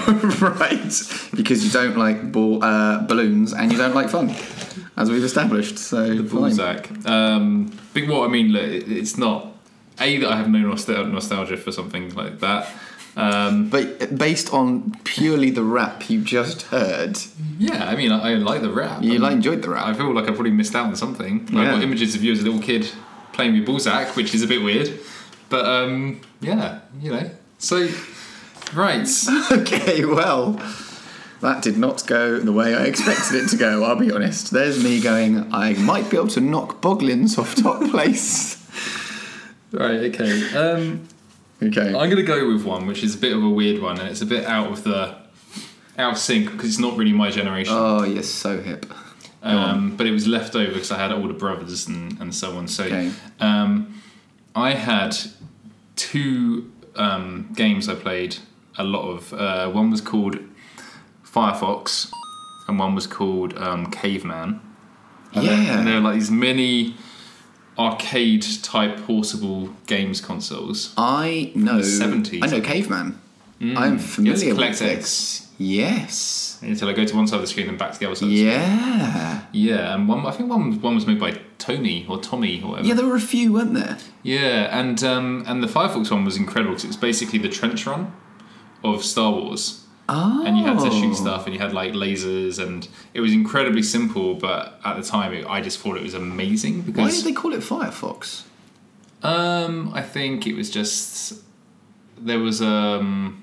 B: right, because you don't like ball, uh, balloons and you don't like fun, as we've established. So fine.
A: Balzac. Um, but what I mean, look, it, it's not a that I have no nostal- nostalgia for something like that. Um,
B: But uh, based on purely the rap you just heard,
A: yeah, I mean, I, I like the rap.
B: you
A: I
B: like enjoyed the
A: I
B: rap.
A: feel like I've probably missed out on something. Like,
B: Yeah.
A: I've got images of you as a little kid playing with Balzac, which is a bit weird. But um, yeah, you know. So, right.
B: okay, well, that did not go the way I expected it to go. I'll be honest. There's me going. I might be able to knock Boglins off top place.
A: Right, okay. Um,
B: Okay.
A: I'm going to go with one, which is a bit of a weird one, and it's a bit out of the. Out of sync because it's not really my generation,
B: oh, you're so hip.
A: um, but it was left over because I had older brothers and, and so on. So
B: Okay.
A: um, I had two um, games I played a lot of. Uh, one was called Firefox, and one was called um, Caveman. And they're-
B: Yeah.
A: and they're like these mini arcade type portable games consoles.
B: I know.
A: 70s,
B: I know
A: I
B: Caveman.
A: Mm.
B: I'm familiar
A: Collect
B: with
A: X.
B: this. Yes.
A: Until I go to one side of the screen and back to the other side. of the
B: Yeah.
A: screen. Yeah, and one I think one one was made by Tony or Tommy or whatever.
B: Yeah, there were a few, weren't there?
A: Yeah, and um, and the Firefox one was incredible because it's basically the trench run of Star Wars,
B: Oh.
A: and you had to shoot stuff, and you had like lasers, and it was incredibly simple. But at the time, it, I just thought it was amazing
B: Why
A: because
B: did they call it Firefox?
A: um, I think it was just there was um,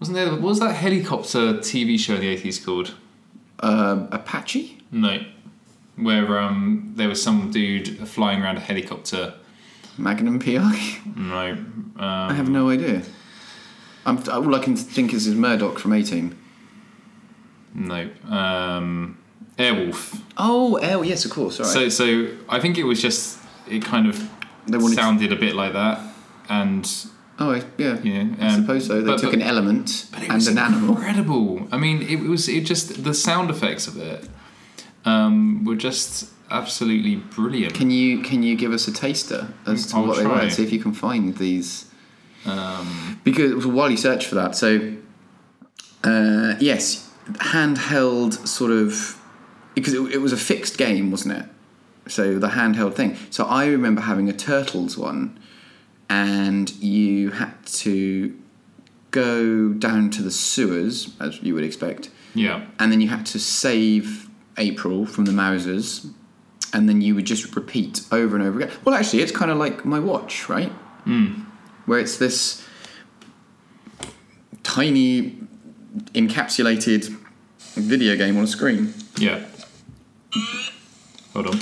A: wasn't there what was that helicopter TV show in the eighties called?
B: Um, Apache?
A: No, where um, there was some dude flying around a helicopter.
B: Magnum PI?
A: No,
B: I
A: um,
B: have no idea. I'm, all I can think is, is Murdoch from A Team.
A: no, um, Airwolf.
B: Oh, oh, yes, of course. All right.
A: So, so I think it was just it kind of
B: They wanted to-
A: sounded a bit like that, and
B: oh, I- yeah.
A: Yeah,
B: I
A: um,
B: suppose so. They
A: but-
B: took
A: but-
B: an element
A: but it
B: and
A: was
B: an animal.
A: Incredible. I mean, it was it just the sound effects of it um, were just absolutely brilliant.
B: Can you can you give us a taster as to
A: I'll
B: what they
A: try.
B: were? and See if you can find these. Um, because while you search for that, so uh, yes, handheld sort of because it, it was a fixed game, wasn't it? So the handheld thing. So I remember having a turtles one, and you had to go down to the sewers as you would expect,
A: yeah,
B: and then you had to save April from the Mausers, and then you would just repeat over and over again. Well, actually, it's kind of like my watch, right? Mm.
A: Hmm.
B: Where it's this tiny encapsulated video game on a screen.
A: yeah. Hold on.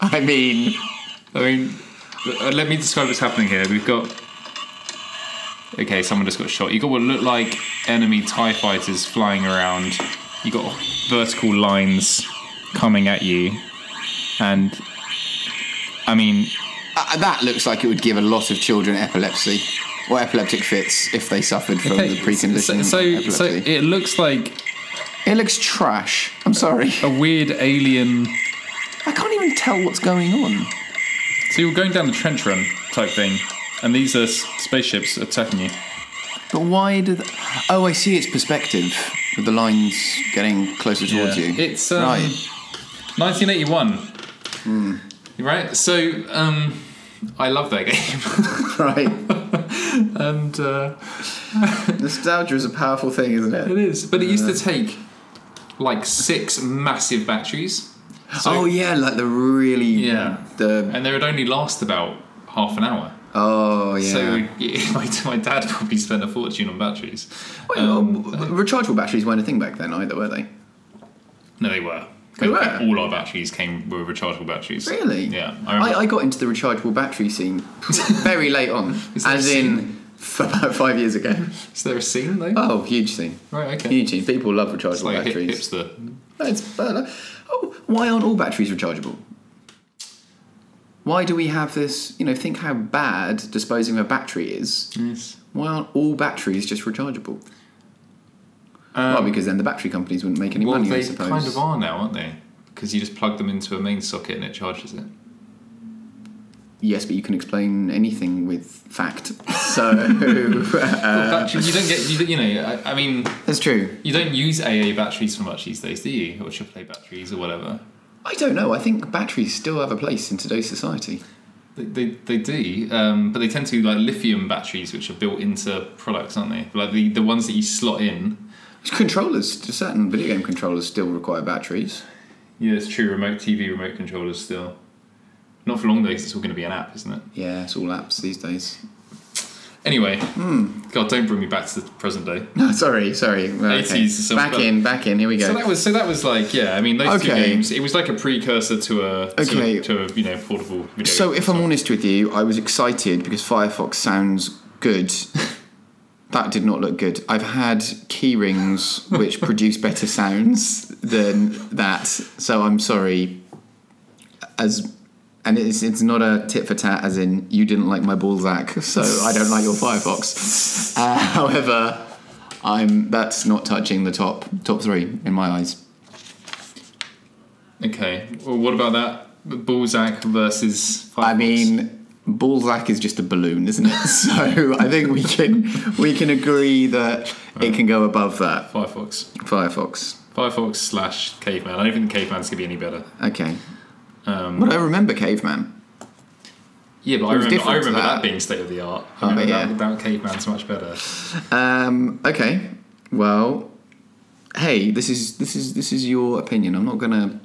B: I mean,
A: I mean, uh, let me describe what's happening here. We've got. Okay, someone just got shot. You've got what look like enemy TIE fighters flying around. You've got vertical lines coming at you. And. I mean,
B: uh, that looks like it would give a lot of children epilepsy or epileptic fits if they suffered from the
A: so,
B: precondition.
A: so,
B: epilepsy.
A: so it looks like
B: it looks trash. I'm sorry.
A: a weird alien.
B: I can't even tell what's going on.
A: So you're going down the trench run type thing, and these are s- spaceships attacking you.
B: But why do? Th- oh, I see. It's perspective with the lines getting closer towards
A: Yeah.
B: you.
A: It's, um,
B: right. Hmm.
A: 1981. Right? So, um, I love that game.
B: Right.
A: and uh,
B: Nostalgia is a powerful thing, isn't
A: it
B: it?
A: is. But it used to take like six massive batteries. So-
B: oh yeah, like the really.
A: Yeah.
B: The
A: and they would only last about half an hour.
B: oh yeah.
A: So yeah, my, my dad probably spent a fortune on batteries.
B: Wait,
A: um,
B: oh, rechargeable batteries weren't a thing back then either, were they?
A: No, they were.
B: They were?
A: All our batteries came were rechargeable batteries.
B: Really?
A: Yeah. I
B: I,
A: remember.
B: I, got into the rechargeable battery scene very late on,
A: Is there
B: as
A: a scene?
B: in f- about five years ago.
A: Is there a scene though?
B: Oh, huge scene.
A: right. Okay.
B: Huge scene. People love rechargeable
A: It's like a hip,
B: batteries.
A: hipster.
B: It's, uh, oh, why aren't all batteries rechargeable? Why do we have this? You know, think how bad disposing of a battery is.
A: Yes.
B: Why aren't all batteries just rechargeable? well, because then the battery companies wouldn't make any
A: Um, Well,
B: money, I
A: they
B: suppose.
A: kind of are now, aren't they? Because you just plug them into a main socket and it charges it.
B: Yes, but you can explain anything with fact. uh, So
A: Battery- you don't get. You, don't- you know. I, I mean.
B: that's true.
A: You don't use AA batteries for much these days, do you? Or AAA batteries or whatever.
B: I don't know. I think batteries still have a place in today's society.
A: They, they, they do, um, but they tend to be like lithium batteries, which are built into products, aren't they? Like the, the ones that you slot in.
B: Controllers, certain video game controllers, still require batteries.
A: Yeah, it's true. Remote TV, remote controllers still. Not for long though, 'cause it's all going to be an app, isn't it?
B: Yeah, it's all apps these days.
A: Anyway,
B: Hmm.
A: God, don't bring me back to the present day.
B: No, sorry, sorry. Well, okay.
A: 80s, so-
B: back in, back in. Here we go.
A: So that was so that was like yeah. I mean those two
B: Okay.
A: games. It was like a precursor to a to a-
B: Okay.
A: to a, you know portable. Video
B: So if I'm honest with you, I was excited because Firefox sounds good. that did not look good. I've had key rings which produce better sounds than that. So I'm sorry. As and it's it's not a tit for tat as in you didn't like my Balzac, so I don't like your Firefox. Uh, however, I'm that's not touching the top top three in my eyes.
A: okay, well what about that Balzac versus? Firefox?
B: I mean, Balzac is just a balloon, isn't it? so I think we can we can agree that it can go above that.
A: Firefox.
B: Firefox.
A: Firefox slash caveman. I don't think caveman's gonna be any better.
B: Okay. but I remember Caveman.
A: Yeah, but I
B: It
A: remember,
B: was
A: I
B: different to
A: remember that.
B: that.
A: being state of the art.
B: Oh,
A: I remember
B: yeah.
A: that about caveman's much better.
B: Um, okay. Well, hey, this is this is this is your opinion. I'm not gonna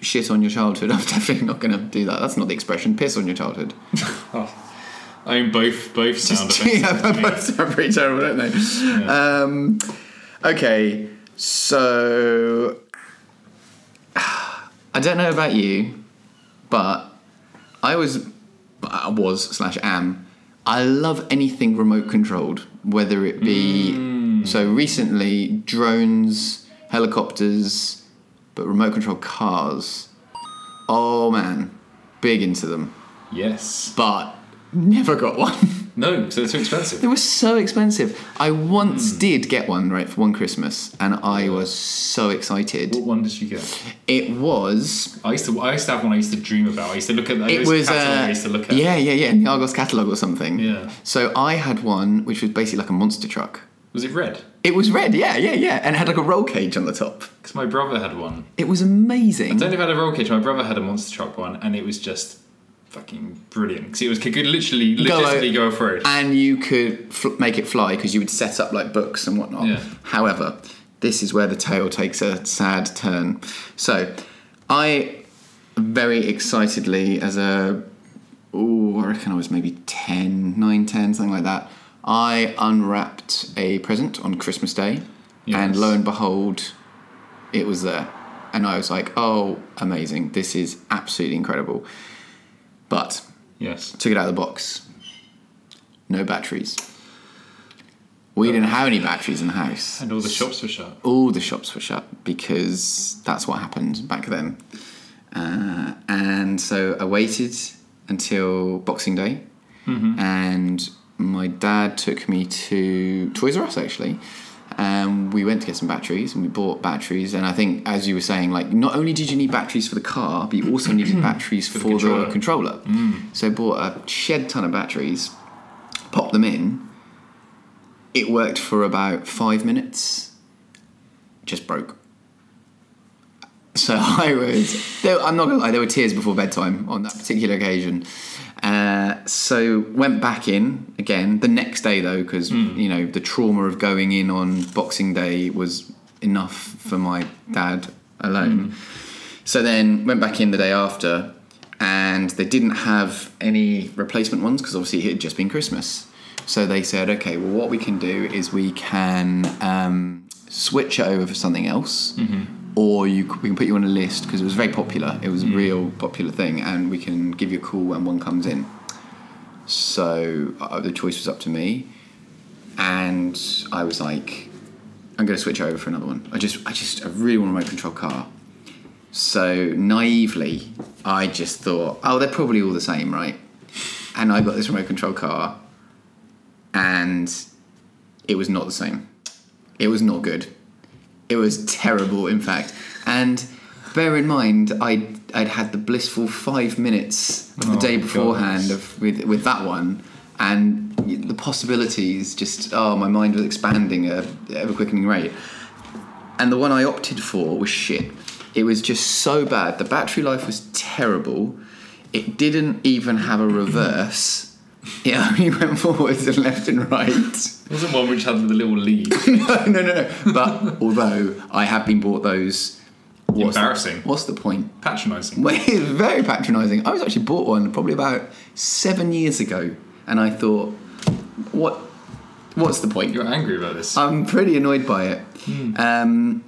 B: shit on your childhood. I'm definitely not gonna do that. That's not the expression. Piss on your childhood.
A: Oh. I mean, both both sound offensive.
B: yeah,
A: to me.
B: both sound pretty terrible, don't they? Um, okay, so I don't know about you, but I was, I was slash am. I love anything remote controlled, whether it be so recently drones, helicopters, but remote control cars. Oh man, big into them,
A: Yes.
B: but never got one.
A: No, because they're too expensive.
B: They were so expensive. I once
A: Hmm.
B: did get one, right, for one Christmas, and I was so excited.
A: What one did you get?
B: It was.
A: I used to I used to have one I used to dream about. I used to look at. I
B: It
A: used to
B: was.
A: catalog
B: Uh,
A: I used to look at.
B: yeah, yeah, yeah, in the Argos catalogue or something.
A: Yeah.
B: So I had one which was basically like a monster truck.
A: Was it red?
B: It was red, yeah, yeah, yeah, and it had like a roll cage on the top.
A: Because my brother had one.
B: It was amazing.
A: I don't know if I had a roll cage. My brother had a monster truck one, and it was just fucking brilliant. Because it was could literally
B: Go
A: legitimately go
B: out.
A: off road.
B: and you could fl- make it fly because you would set up like books and whatnot.
A: Yeah.
B: However, this is where the tale takes a sad turn. So, I very excitedly, as a oh, I reckon I was maybe 10, 9, 10, something like that. I unwrapped a present on Christmas Day, and
A: Yes.
B: lo and behold, it was there. And I was like, oh, amazing. This is absolutely incredible. But
A: Yes.
B: took it out of the box. No batteries. We didn't have any batteries in the house.
A: And all the shops were shut.
B: All the shops were shut because that's what happened back then. Uh, and so I waited until Boxing Day,
A: Mm-hmm.
B: and my dad took me to Toys R Us actually. Um, we went to get some batteries and we bought batteries. And I think, as you were saying, like not only did you need batteries for the car, but you also needed batteries for,
A: the
B: the controller.
A: controller. Mm.
B: So I bought a shed ton of batteries, popped them in. It worked for about five minutes, just broke. So I was, there, I'm not gonna lie, there were tears before bedtime on that particular occasion. Uh, so went back in again the next day though, because you know the trauma of going in on Boxing Day was enough for my dad alone. So then went back in the day after, and they didn't have any replacement ones because obviously it had just been Christmas. So they said, okay, well, what we can do is we can um, switch it over for something else, or you, c- we can put you on a list because it was very popular. It was a real popular thing, and we can give you a call when one comes in. So uh, the choice was up to me, and I was like, I'm going to switch over for another one. I just, I just, I really want a remote control car. So naively, I just thought, oh, they're probably all the same, right? And I got this remote control car, and it was not the same. It was not good. It was terrible, in fact. And bear in mind, I'd, I'd had the blissful five minutes of the
A: Oh,
B: day
A: God.
B: beforehand of, with, with that one, and the possibilities just, oh, my mind was expanding at an ever quickening rate and the one I opted for was shit. It was just so bad. The battery life was terrible. It didn't even have a reverse. It only went forwards and left and right.
A: It wasn't one which had the little lead.
B: no, no, no, no. But although I have been bought those, what's the-
A: Embarrassing.
B: what's the point?
A: Patronising.
B: Well, it's very patronising. I was actually bought one probably about seven years ago, and I thought, what? What's the point?
A: You're angry about this.
B: I'm pretty annoyed by it.
A: Hmm.
B: Um,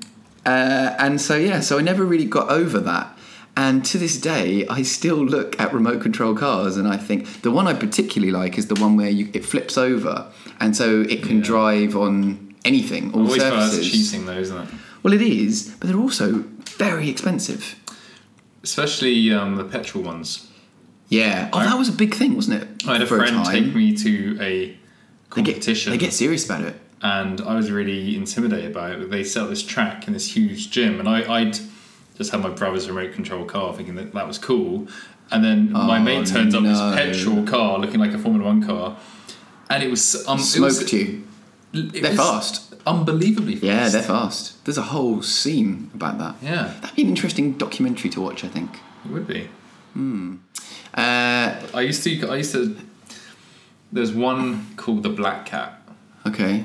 B: uh, and so, yeah, so I never really got over that. And to this day, I still look at remote control cars and I think the one I particularly like is the one where you, it flips over and so it can
A: Yeah.
B: drive on anything, all
A: Always fast
B: surfaces.
A: cheating though, isn't it?
B: Well, it is, but they're also very expensive.
A: Especially um, the petrol ones.
B: Yeah. Oh,
A: I-
B: that was a big thing, wasn't it?
A: I had a
B: For
A: friend
B: time.
A: take me to a
B: They get,
A: competition.
B: they get serious about it.
A: and I was really intimidated by it. They set up this track in this huge gym, and I, I'd just had my brother's remote control car, thinking that that was cool. And then my
B: Oh,
A: mate turns up in
B: no.
A: his petrol car, looking like a Formula One car, and it was um, it was-
B: Smoked you.
A: it
B: They're
A: was
B: fast.
A: unbelievably fast.
B: Yeah, they're fast. There's a whole scene about that.
A: Yeah.
B: That'd be an interesting documentary to watch, I think.
A: It would be.
B: Uh,
A: I used to. I used to. There's one called the Black Cat,
B: okay.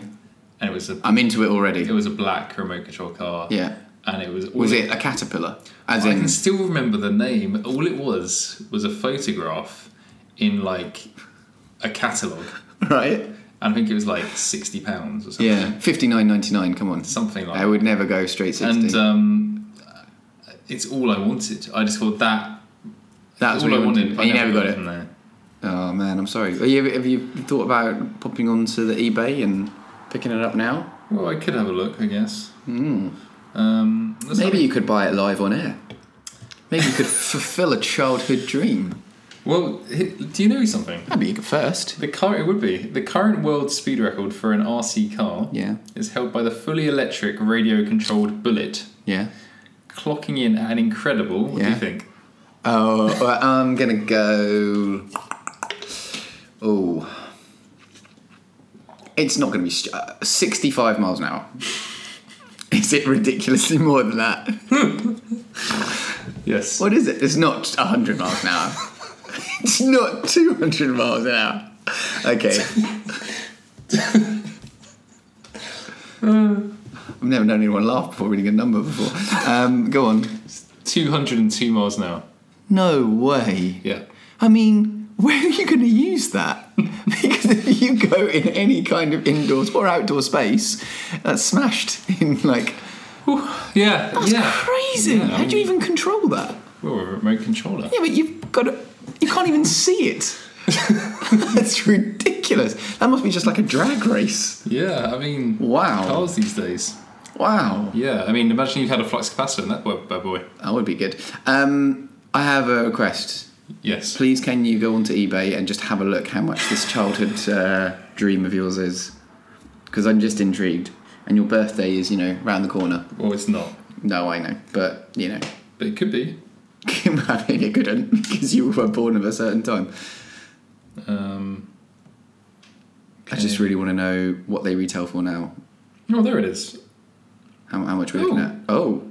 A: and it was a
B: I'm into it already.
A: it was a black remote control car.
B: Yeah.
A: and it was all
B: Was it a caterpillar? As
A: I
B: in,
A: can still remember the name. All it was was a photograph in like a catalogue,
B: right?
A: and I think it was like sixty pounds or something.
B: Yeah. Fifty nine ninety nine. Come on.
A: Something like
B: I would never go straight sixty.
A: and um, it's all I wanted. I just thought that
B: That's
A: all
B: what
A: I
B: you
A: wanted.
B: wanted.
A: but
B: and you never got
A: from
B: it.
A: There.
B: Oh man, I'm sorry. Have you, have you thought about popping onto the eBay and picking it up now?
A: Well, I could have a look, I guess. Um, let's have
B: Hmm. Maybe
A: a-
B: you could buy it live on air. Maybe you could fulfill a childhood dream.
A: Well, h- do you know something?
B: That'd be first.
A: The current it would be the current world speed record for an RC car.
B: Yeah.
A: is held by the fully electric radio-controlled Bullet,
B: Yeah.
A: clocking in at an incredible. What do
B: Yeah.
A: you think?
B: Oh, well, I'm gonna go. Oh, it's not gonna be st- uh, 65 miles an hour. Is it ridiculously more than that?
A: Yes.
B: What is it? It's not 100 miles an hour. It's not 200 miles an hour. Okay. I've never known anyone laugh before reading a number before. Um, go on.
A: Two hundred and two miles an hour.
B: No way.
A: Yeah.
B: I mean, where are you going to use that? Because if you go in any kind of indoors or outdoor space, that's smashed in like.
A: Yeah.
B: That's
A: yeah.
B: crazy.
A: Yeah, I
B: How do you
A: mean-
B: even control that?
A: Well, a remote controller.
B: Yeah, but you've got to. You can't even see it. that's ridiculous. That must be just like a drag race.
A: Yeah. I mean,
B: Wow.
A: Cars these days.
B: Wow.
A: Yeah. I mean, imagine you had a flux capacitor in that bad bad boy.
B: That would be good. Um, I have a request.
A: Yes.
B: Please, can you go onto eBay and just have a look how much this childhood uh, dream of yours is? Because I'm just intrigued. And your birthday is, you know, round the corner.
A: Well, it's not,
B: No, I know, but you know,
A: but it could be.
B: I think it couldn't because you were born of a certain time.
A: Um,
B: I just really want to know what they retail for now.
A: oh, there it is.
B: How, how much we're looking
A: Ooh.
B: at? Oh,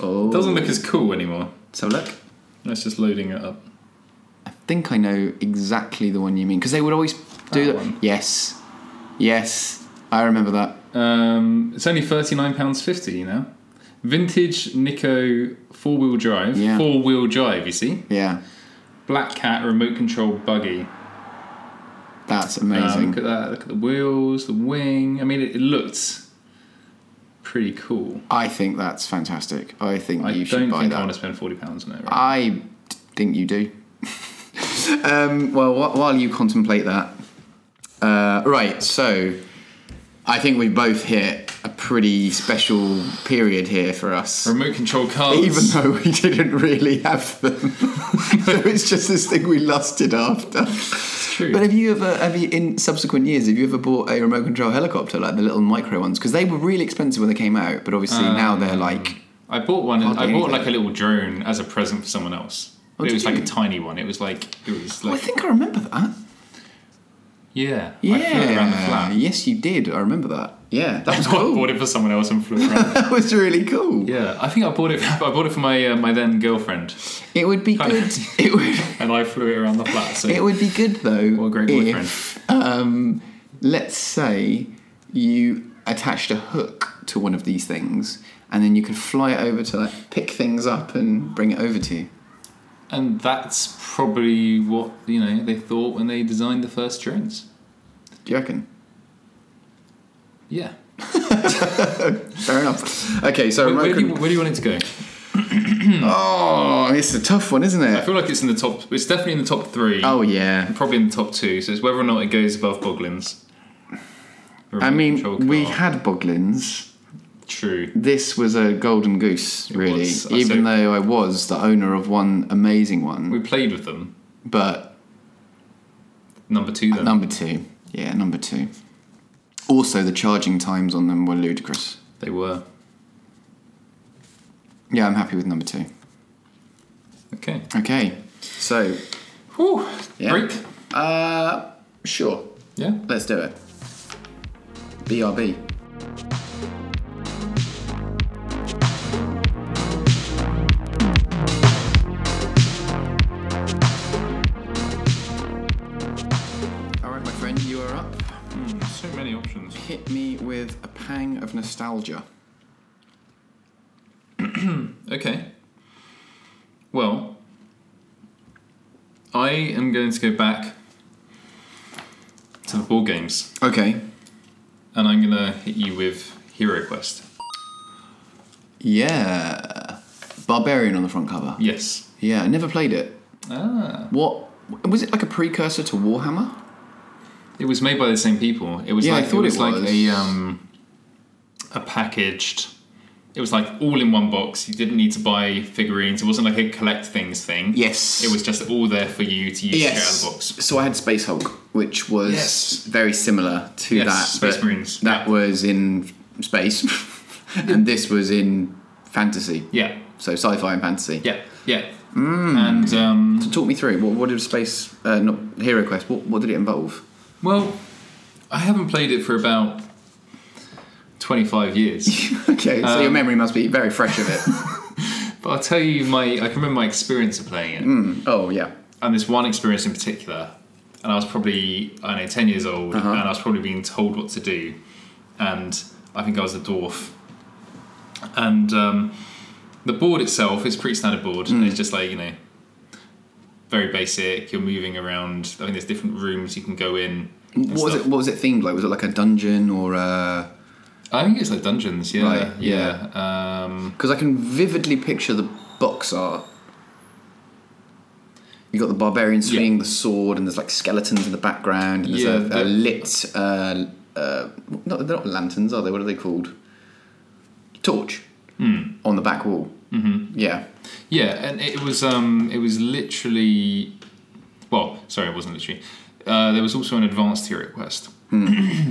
B: oh,
A: Doesn't look as cool anymore.
B: Let's have a look.
A: That's just loading it up.
B: I think I know exactly the one you mean because they would always do
A: That
B: that.
A: one.
B: Yes, yes, I remember that.
A: Um, it's only thirty nine pounds fifty. You know, vintage Nico four wheel drive.
B: Yeah.
A: Four wheel drive. You see,
B: Yeah,
A: black cat remote control buggy.
B: that's
A: Um,
B: amazing.
A: look at that. Look at the wheels, the wing. I mean, it, it looked pretty cool.
B: I think that's fantastic. I think
A: I
B: you should
A: don't
B: buy
A: think I
B: that. Uh,
A: want to spend forty pounds on it. Right?
B: I d- think you do. um, well, wh- while you contemplate that, uh, right? So, I think we both hit a pretty special period here for us.
A: remote control cars.
B: Even though we didn't really have them, so it's just this thing we lusted after.
A: true.
B: But have you ever, have you in subsequent years, have you ever bought a remote control helicopter like the little micro ones? Because they were really expensive when they came out, but obviously
A: Um,
B: now they're like
A: I bought one. I bought
B: Hardly anything.
A: like a little drone as a present for someone else.
B: Oh,
A: it
B: did
A: was like
B: you? Oh,
A: a tiny one. It was like it was
B: I
A: like
B: think I remember that.
A: yeah.
B: Yeah.
A: I flew it around the flat.
B: Yes, you did. I remember that. Yeah, that was
A: I
B: cool.
A: bought it for someone else and flew it around.
B: that was really cool.
A: Yeah, I think I bought it. I bought it for my uh, my then girlfriend,
B: It would be
A: Kind of.
B: good. It would.
A: and I flew it around the flat. So
B: It would be good though.
A: What a great boyfriend.
B: if, um, let's say you attached a hook to one of these things, and then you could fly it over to like pick things up and bring it over to you.
A: and that's probably what you know they thought when they designed the first drones.
B: Do you reckon?
A: Yeah.
B: Fair enough. Okay, so
A: Where,
B: remote
A: where do you,
B: con-
A: where do you want it to go?
B: oh, it's a tough one, isn't
A: I
B: it?
A: feel like it's in the top. It's definitely in the top three.
B: Oh yeah.
A: Probably in the top two. So it's whether or not it goes above Boglins.
B: I
A: Remote control
B: mean, we
A: car.
B: had Boglins.
A: true.
B: this was a golden goose, really.
A: was. I said-
B: Even though I was the owner of one amazing one,
A: We played with them.
B: but
A: Number two, then.
B: number two, yeah, number two. Also, the charging times on them were ludicrous.
A: they were.
B: Yeah, I'm happy with number two.
A: Okay.
B: Okay, so
A: Whew.
B: Yeah.
A: Break.
B: uh, sure,
A: Yeah.
B: let's do it. BRB. All right, my friend, you are up.
A: So many options.
B: Hit me with a pang of nostalgia.
A: Okay. Well, I am going to go back to the board games,
B: Okay.
A: and I'm going to hit you with Hero Quest.
B: Yeah. Barbarian on the front cover.
A: Yes.
B: Yeah, I never played it.
A: Ah.
B: What was it like a precursor to Warhammer?
A: It was made by the same people. It was
B: Yeah, I
A: like
B: thought
A: it was
B: it
A: like
B: was.
A: a um a packaged. It was like all in one box. You didn't need to buy figurines. It wasn't like a collect things thing.
B: Yes.
A: It was just all there for you to use straight out of the box.
B: So I had Space Hulk, which was
A: Yes.
B: very similar to
A: Yes,
B: that.
A: Space
B: but
A: Marines.
B: That
A: Yeah.
B: was in space, and this was in fantasy.
A: Yeah.
B: So sci-fi and fantasy.
A: Yeah. Yeah.
B: Mm.
A: And um
B: So talk me through what, what did space uh, not Hero Quest? What, what did it involve?
A: Well, I haven't played it for about 25 years.
B: okay, so your
A: Um,
B: memory must be very fresh of it.
A: but I'll tell you my I can remember my experience of playing it.
B: oh yeah,
A: And this one experience in particular, and I was probably I don't know 10 years old
B: Uh-huh.
A: and I was probably being told what to do. And I think I was a dwarf. And um, the board itself is a pretty standard board.
B: Hmm.
A: It's just like, you know, very basic. You're moving around. I think there's different rooms you can go in. and
B: what was
A: stuff.
B: it? What was it themed like? Was it like a dungeon or? A...
A: I think it's like dungeons, yeah.
B: Right,
A: yeah. Um,
B: Because I can vividly picture the box art. You got the barbarian swinging the sword, and there's like skeletons in the background, and there's
A: Yeah,
B: a,
A: the-
B: a lit. Uh, uh, not, they're not lanterns, are they? What are they called? Torch
A: Hmm.
B: on the back wall. Mm-hmm. Yeah,
A: Yeah, and it was um, it was literally, well, sorry, it wasn't literally. Uh, there was also an advanced tier request,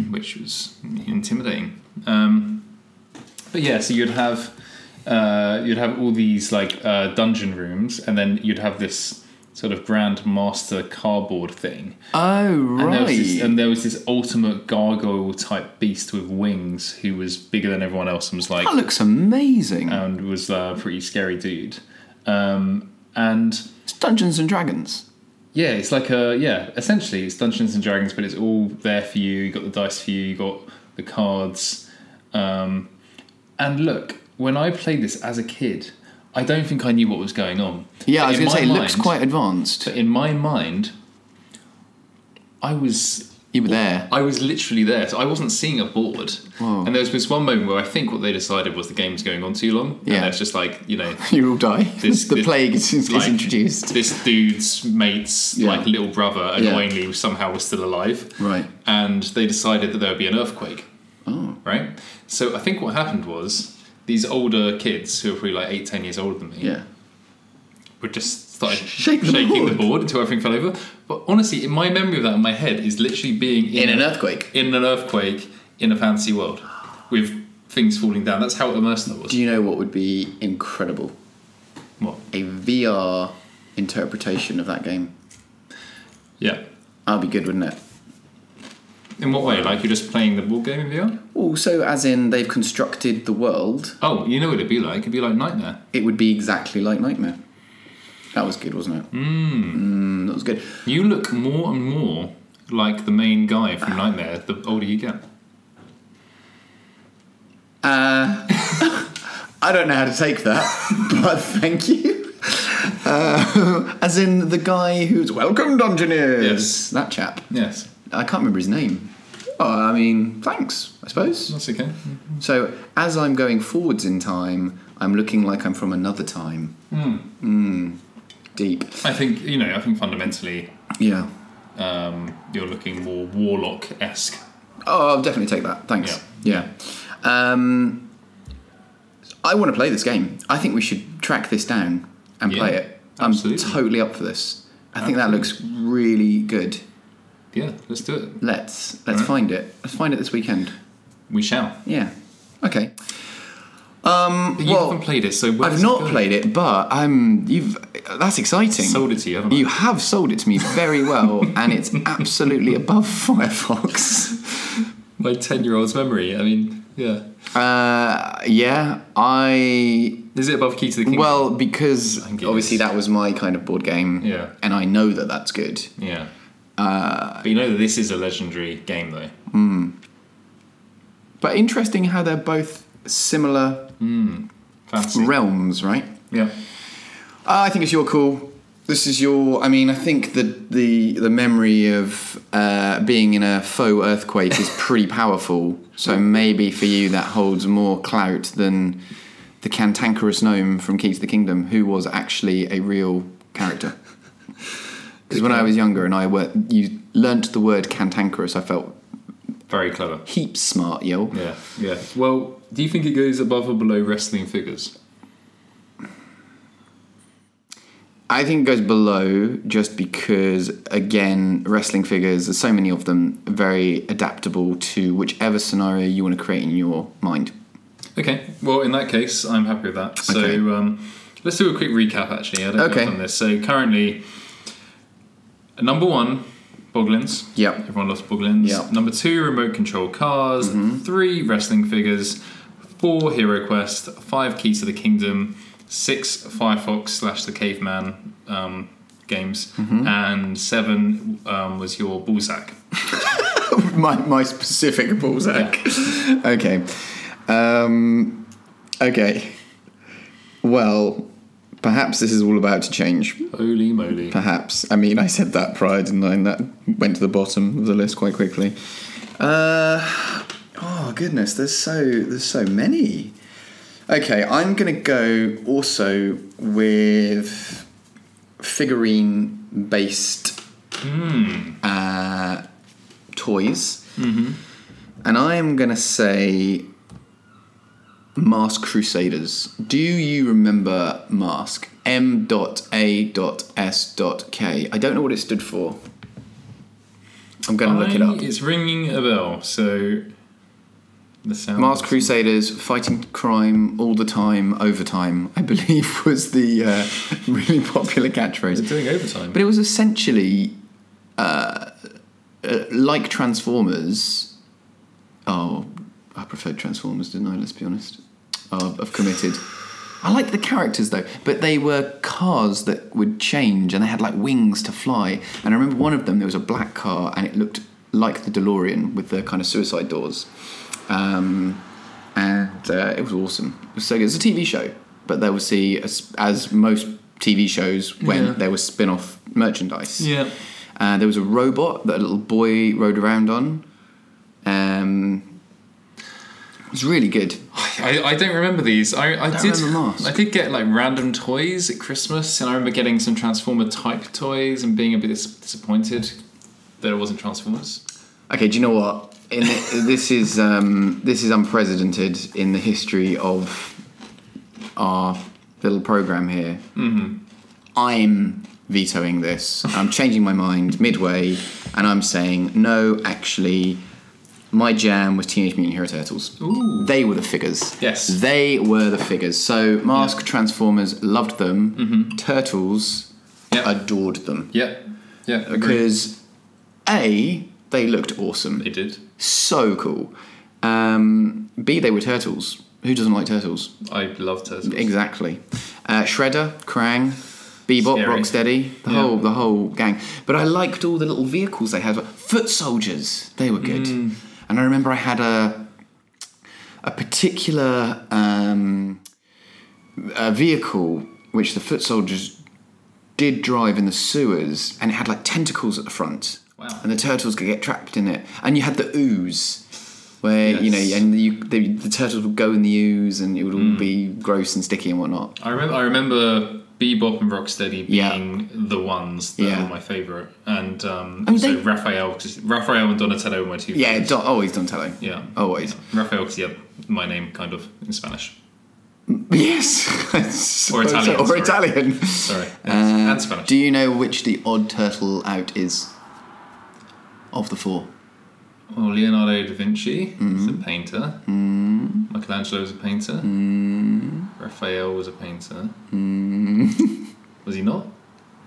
A: which was intimidating. Um, but yeah, so you'd have uh, you'd have all these like uh, dungeon rooms, and then you'd have this sort of grand master cardboard thing.
B: Oh
A: And there,
B: right.
A: was this, um, and there was this ultimate gargoyle type beast with wings who was bigger than everyone else and was like
B: that looks amazing.
A: and was a pretty scary dude. Um, and
B: it's Dungeons and Dragons.
A: yeah, it's like a yeah. Essentially, it's Dungeons and Dragons, but it's all there for you. You got the dice for you. You got the cards. Um, and look, when I played this as a kid, I don't think I knew what was going on.
B: Yeah, I was
A: But in
B: going to say it
A: my
B: looks
A: mind-
B: quite advanced.
A: But in my mind, I was
B: You were there.
A: I was literally there, so I wasn't seeing a board.
B: Whoa.
A: And there was this one moment where I think what they decided was the game's going on too long.
B: Yeah.
A: and it's just like you know.
B: You all die.
A: This-
B: the
A: this-
B: plague is, is
A: like,
B: introduced.
A: This dude's mate's
B: Yeah.
A: like little brother
B: Yeah.
A: annoyingly somehow was still alive.
B: Right.
A: And they decided that there would be an earthquake.
B: Oh.
A: Right? So I think what happened was these older kids who are probably like eight, ten years older than me
B: Yeah.
A: would just started
B: Shake the
A: shaking
B: board.
A: the board until everything fell over. But honestly, in my memory of that in my head is literally being in,
B: In an earthquake.
A: in an earthquake in a fantasy world. With things falling down. That's how immersed that was.
B: Do you know what would be incredible?
A: what?
B: A VR interpretation of that game.
A: Yeah.
B: That'd be good, wouldn't it?
A: In what way? Like you're just playing the board game in VR?
B: Also, as in they've constructed the world,
A: Oh, you know what it'd be like. It'd be like Nightmare.
B: it would be exactly like Nightmare. That was good, wasn't it? Mm. that was good.
A: You look more and more like the main guy from Nightmare the older you get.
B: Uh, I don't know how to take that, but thank you. Uh, as in the guy who's welcome, Dungeoneers.
A: Yes.
B: that chap.
A: Yes,
B: I can't remember his name. Oh, I mean, thanks, I suppose.
A: that's okay.
B: So as I'm going forwards in time, I'm looking like I'm from another time. Mm.
A: Hmm.
B: Deep.
A: I think you know. I think fundamentally,
B: Yeah.
A: um, you're looking more warlock esque.
B: Oh, I'll definitely take that. Thanks. Yeah. Um, I want to play this game. I think we should track this down and
A: Yeah,
B: play it.
A: absolutely.
B: I'm totally up for this. I think that looks really good.
A: Yeah, let's do it.
B: Let's let's
A: Alright.
B: find it. Let's find it this weekend.
A: We shall.
B: Yeah. Okay. Um,
A: You
B: well,
A: haven't played it, so where
B: I've
A: does
B: not
A: it go?
B: played it, but I'm. You've. That's exciting.
A: Sold it to you, haven't I?
B: You have sold it to me very well, and it's absolutely above Firefox.
A: My ten-year-old's memory. I mean, yeah.
B: Uh, yeah, I.
A: Is it above Key to the Kingdom?
B: Well, because
A: think it
B: obviously
A: is.
B: that was my kind of board game.
A: Yeah.
B: And I know that that's good.
A: yeah.
B: uh,
A: but you know that this is a legendary game, though.
B: But interesting how they're both similar
A: Fantasy.
B: realms, right?
A: yeah.
B: Uh, I think it's your call. This is your. I mean, I think the the the memory of uh, being in a faux earthquake is pretty powerful. So maybe for you that holds more clout than the cantankerous gnome from Keys to the Kingdom, who was actually a real character. Because when I was younger and I were you learnt the word cantankerous, I felt
A: Very clever.
B: heaps smart, yo.
A: Yeah. Yeah. Well, do you think it goes above or below wrestling figures?
B: I think it goes below just because, again, wrestling figures, there's so many of them, very adaptable to whichever scenario you want to create in your mind.
A: Okay. Well, in that case, I'm happy with that. So
B: Okay.
A: um, let's do a quick recap. Actually, I don't
B: Okay.
A: know on this. So currently, number one, Boglins.
B: Yep.
A: Everyone loves Boglins.
B: Yep. Mm-hmm.
A: Number two, remote control cars. Three, wrestling figures. Four, Hero Quest. Five, Keys to the Kingdom. Six, Firefox slash the Caveman um, games.
B: Mm-hmm.
A: And seven um, was your Bullsack.
B: my, my specific ballsack. okay. Um, okay. Well, perhaps this is all about to change.
A: Holy moly.
B: Perhaps. I mean, I said that prior, didn't I? And that went to the bottom of the list quite quickly. Uh, oh goodness, there's so there's so many. Okay, I'm gonna go also with figurine based uh, toys, and I am gonna say. Mask Crusaders. Do you remember Mask? M.A.S.K. I don't know what it stood for. I'm going to look it
A: I-
B: up.
A: It's ringing a bell. So the sound.
B: Mars Crusaders fighting crime all the time, overtime, I believe was the uh, really popular
A: They're
B: catchphrase.
A: doing overtime.
B: But it was essentially uh, uh, like Transformers. Oh, I preferred Transformers, didn't I? Let's be honest. Oh, I've committed. I like the characters though, but they were cars that would change and they had like wings to fly. And I remember one of them, there was a black car and it looked like the DeLorean with the kind of suicide doors. Um, and uh, it was awesome. It was so good. It's a TV show, but there was the, as, as most TV shows, when
A: Yeah.
B: there was spin off merchandise.
A: yeah.
B: Uh, there was a robot that a little boy rode around on. Um, it was really good.
A: I, I don't remember these. I, I
B: Don't
A: did.
B: remember Mask.
A: I did get like random toys at Christmas, and I remember getting some Transformer type toys and being a bit dis- disappointed that it wasn't Transformers.
B: Okay, do you know what? In the, this is um, this is unprecedented in the history of our little program here. Mm-hmm. I'm vetoing this. I'm changing my mind midway, and I'm saying no. Actually, my jam was Teenage Mutant Hero Turtles.
A: Ooh.
B: They were the figures.
A: Yes.
B: they were the figures. So Mask Transformers loved them. Turtles
A: Mm-hmm. Yep.
B: adored them
A: Yep. Yeah. Agree.
B: because a they looked awesome
A: They did.
B: so cool. Um, B, they were turtles. Who doesn't like turtles?
A: I love turtles.
B: Exactly. Uh, Shredder, Krang, Bebop,
A: Scary.
B: Rocksteady, the
A: Yeah.
B: whole the whole gang. But I liked all the little vehicles they had. Foot soldiers, they were good.
A: Mm.
B: And I remember I had a a particular um, a vehicle which the foot soldiers did drive in the sewers, and it had like tentacles at the front.
A: Wow.
B: And the turtles could get trapped in it. And you had the ooze where you
A: Yes. Hmm.
B: know, and you, the, the turtles would go in the ooze, and it would all be gross and sticky and whatnot.
A: I remember. I remember Bebop and Rocksteady
B: Yeah.
A: being the ones that
B: Yeah.
A: were my favorite, and um,
B: I mean,
A: also
B: they-
A: Raphael. 'cause Raphael and Donatello were my two.
B: Yeah,
A: favorites.
B: Don, always Donatello.
A: Yeah.
B: always.
A: Raphael, because yeah, my name kind of in Spanish.
B: Yes,
A: Or Italian,
B: or
A: sorry.
B: Italian.
A: Sorry,
B: Uh,
A: and, and Spanish.
B: Do you know which the odd turtle out is of the four?
A: Oh,
B: Mm.
A: Well, Leonardo da Vinci is a painter. Michelangelo is a painter.
B: Mm.
A: Raphael was a painter. was he not?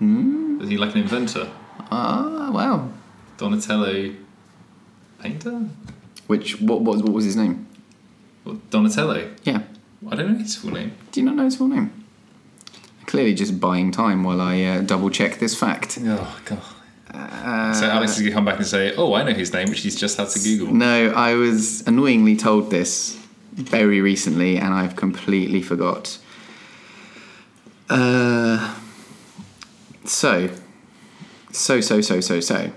B: Mm.
A: Was he like an inventor?
B: Ah, wow.
A: Donatello, painter?
B: Which what what, what was his name?
A: Or Donatello?
B: Yeah.
A: I don't know his full name.
B: Do you not know his full name? Clearly, just buying time while I uh, double check this fact.
A: Oh god. so Alex is gonna come back and say, "Oh, I know his name," which he's just had to Google.
B: No, I was annoyingly told this very recently, and I've completely forgot. Uh, so, so, so, so, so, so.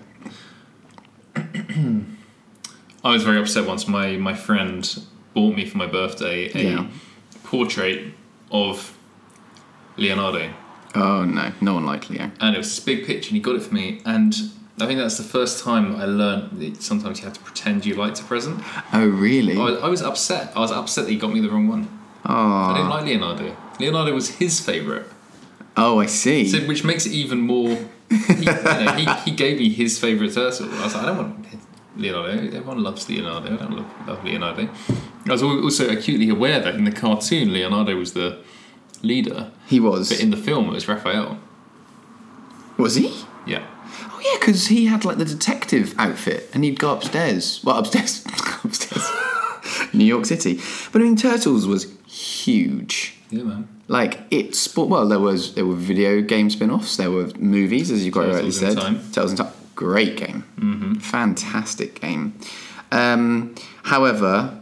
A: I was very upset once. My my friend bought me for my birthday a
B: Yeah.
A: portrait of Leonardo,
B: Oh no, no one liked Leo.
A: and it was this big picture, and he got it for me. And I think that's the first time I learned that sometimes you have to pretend you liked a present.
B: Oh really?
A: I, I was upset. I was upset that he got me the wrong one. I didn't
B: Oh,
A: like Leonardo. Leonardo was his favorite.
B: oh, I see.
A: So, which makes it even more. He, you know, he, he gave me his favourite turtle. I was like, I don't want Leonardo. Everyone loves Leonardo. I don't love, love Leonardo. I was al- also acutely aware that in the cartoon, Leonardo was the leader,
B: he was.
A: but in the film, it was Raphael.
B: was he?
A: Yeah.
B: Oh yeah, because he had like the detective outfit, and he'd go upstairs. Well, upstairs, upstairs, New York City. But I mean, Turtles was huge.
A: Yeah, man.
B: Like it sport. Well, there was there were video game spin-offs. There were movies, as you quite
A: Turtles
B: rightly
A: in
B: said.
A: Time.
B: Turtles in Time. Great game. Mm-hmm. Fantastic game. Um, however,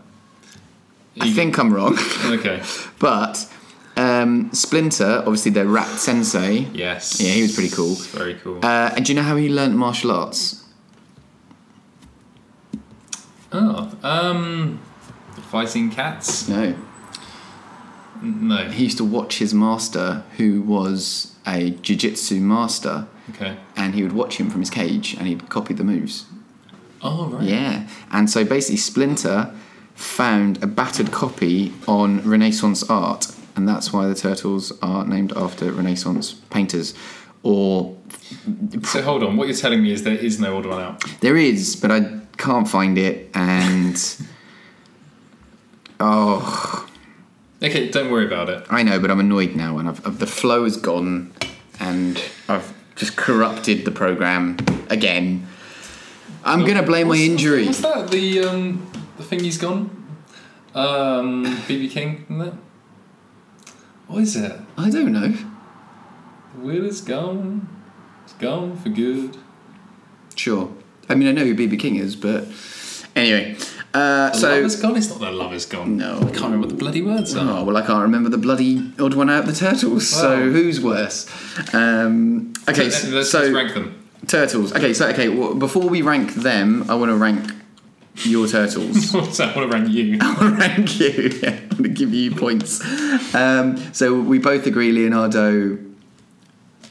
B: I
A: You-
B: think I'm wrong,
A: Okay.
B: but um, Splinter, obviously, their rat sensei.
A: Yes.
B: Yeah, he was pretty cool.
A: Very cool.
B: Uh, and do you know how he learnt martial arts?
A: oh, um, fighting cats?
B: No.
A: No.
B: he used to watch his master, who was a jiu-jitsu master,
A: Okay.
B: and he would watch him from his cage, and he'd copy the moves.
A: Oh right.
B: Yeah, and so basically, Splinter found a battered copy on Renaissance art, and that's why the turtles are named after Renaissance painters. Or
A: So hold on. What you're telling me is there is no odd one out.
B: there is, but I can't find it, and oh.
A: Okay, don't worry about it.
B: I know, but I'm annoyed now, and I've, I've, the flow is gone, and I've just corrupted the program again. I'm gonna blame my
A: What's-
B: injury.
A: What's that? The um, the thing he's gone. Um, BB King, isn't it? What is it?
B: I don't know.
A: The wheel is gone. It's gone for good.
B: Sure. I mean, I know who BB King is, but anyway. Uh,
A: The
B: so.
A: love is gone. It's not that love is gone.
B: No.
A: I can't remember what the bloody words are.
B: Oh well, I can't remember the bloody odd one out of the turtles. So
A: Wow.
B: who's worse? Um, okay,
A: Let-
B: so,
A: let's, let's rank them.
B: turtles. Okay, so okay. Well, before we rank them, I want to rank your turtles.
A: so I want to rank you.
B: rank you. Yeah, I'm going to give you points. Um, so we both agree Leonardo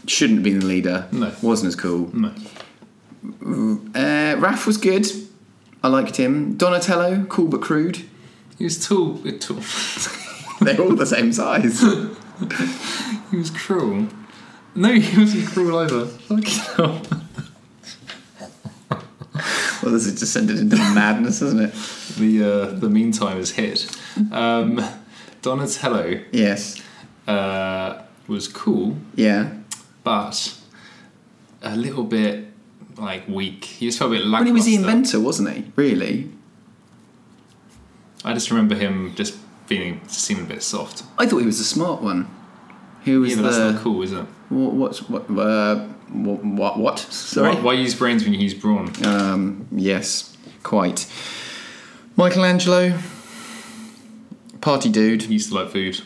B: shouldn't have been the leader.
A: No.
B: Wasn't as cool.
A: No.
B: Uh, Raph was good. I liked him. Donatello, cool but crude.
A: He was tall. uh, tall.
B: They're all the same size.
A: He was cruel. No, he wasn't cruel either. Fucking hell.
B: well, this has descended into madness, hasn't it?
A: The uh, the meantime is hit. Um, Donatello
B: Yes.
A: uh, was cool.
B: Yeah.
A: but a little bit like weak. He just felt a bit
B: Well,
A: lackluster.
B: he was the inventor, wasn't he? Really?
A: I just remember him just feeling just seeming a bit soft.
B: I thought he was the smart one. Who was
A: Yeah, but that's
B: the
A: not cool, is it?
B: wha- what's what uh, what what what? Sorry.
A: Why, why use brains when you use brawn?
B: Um, yes, quite. Michelangelo, party dude.
A: He used to like food.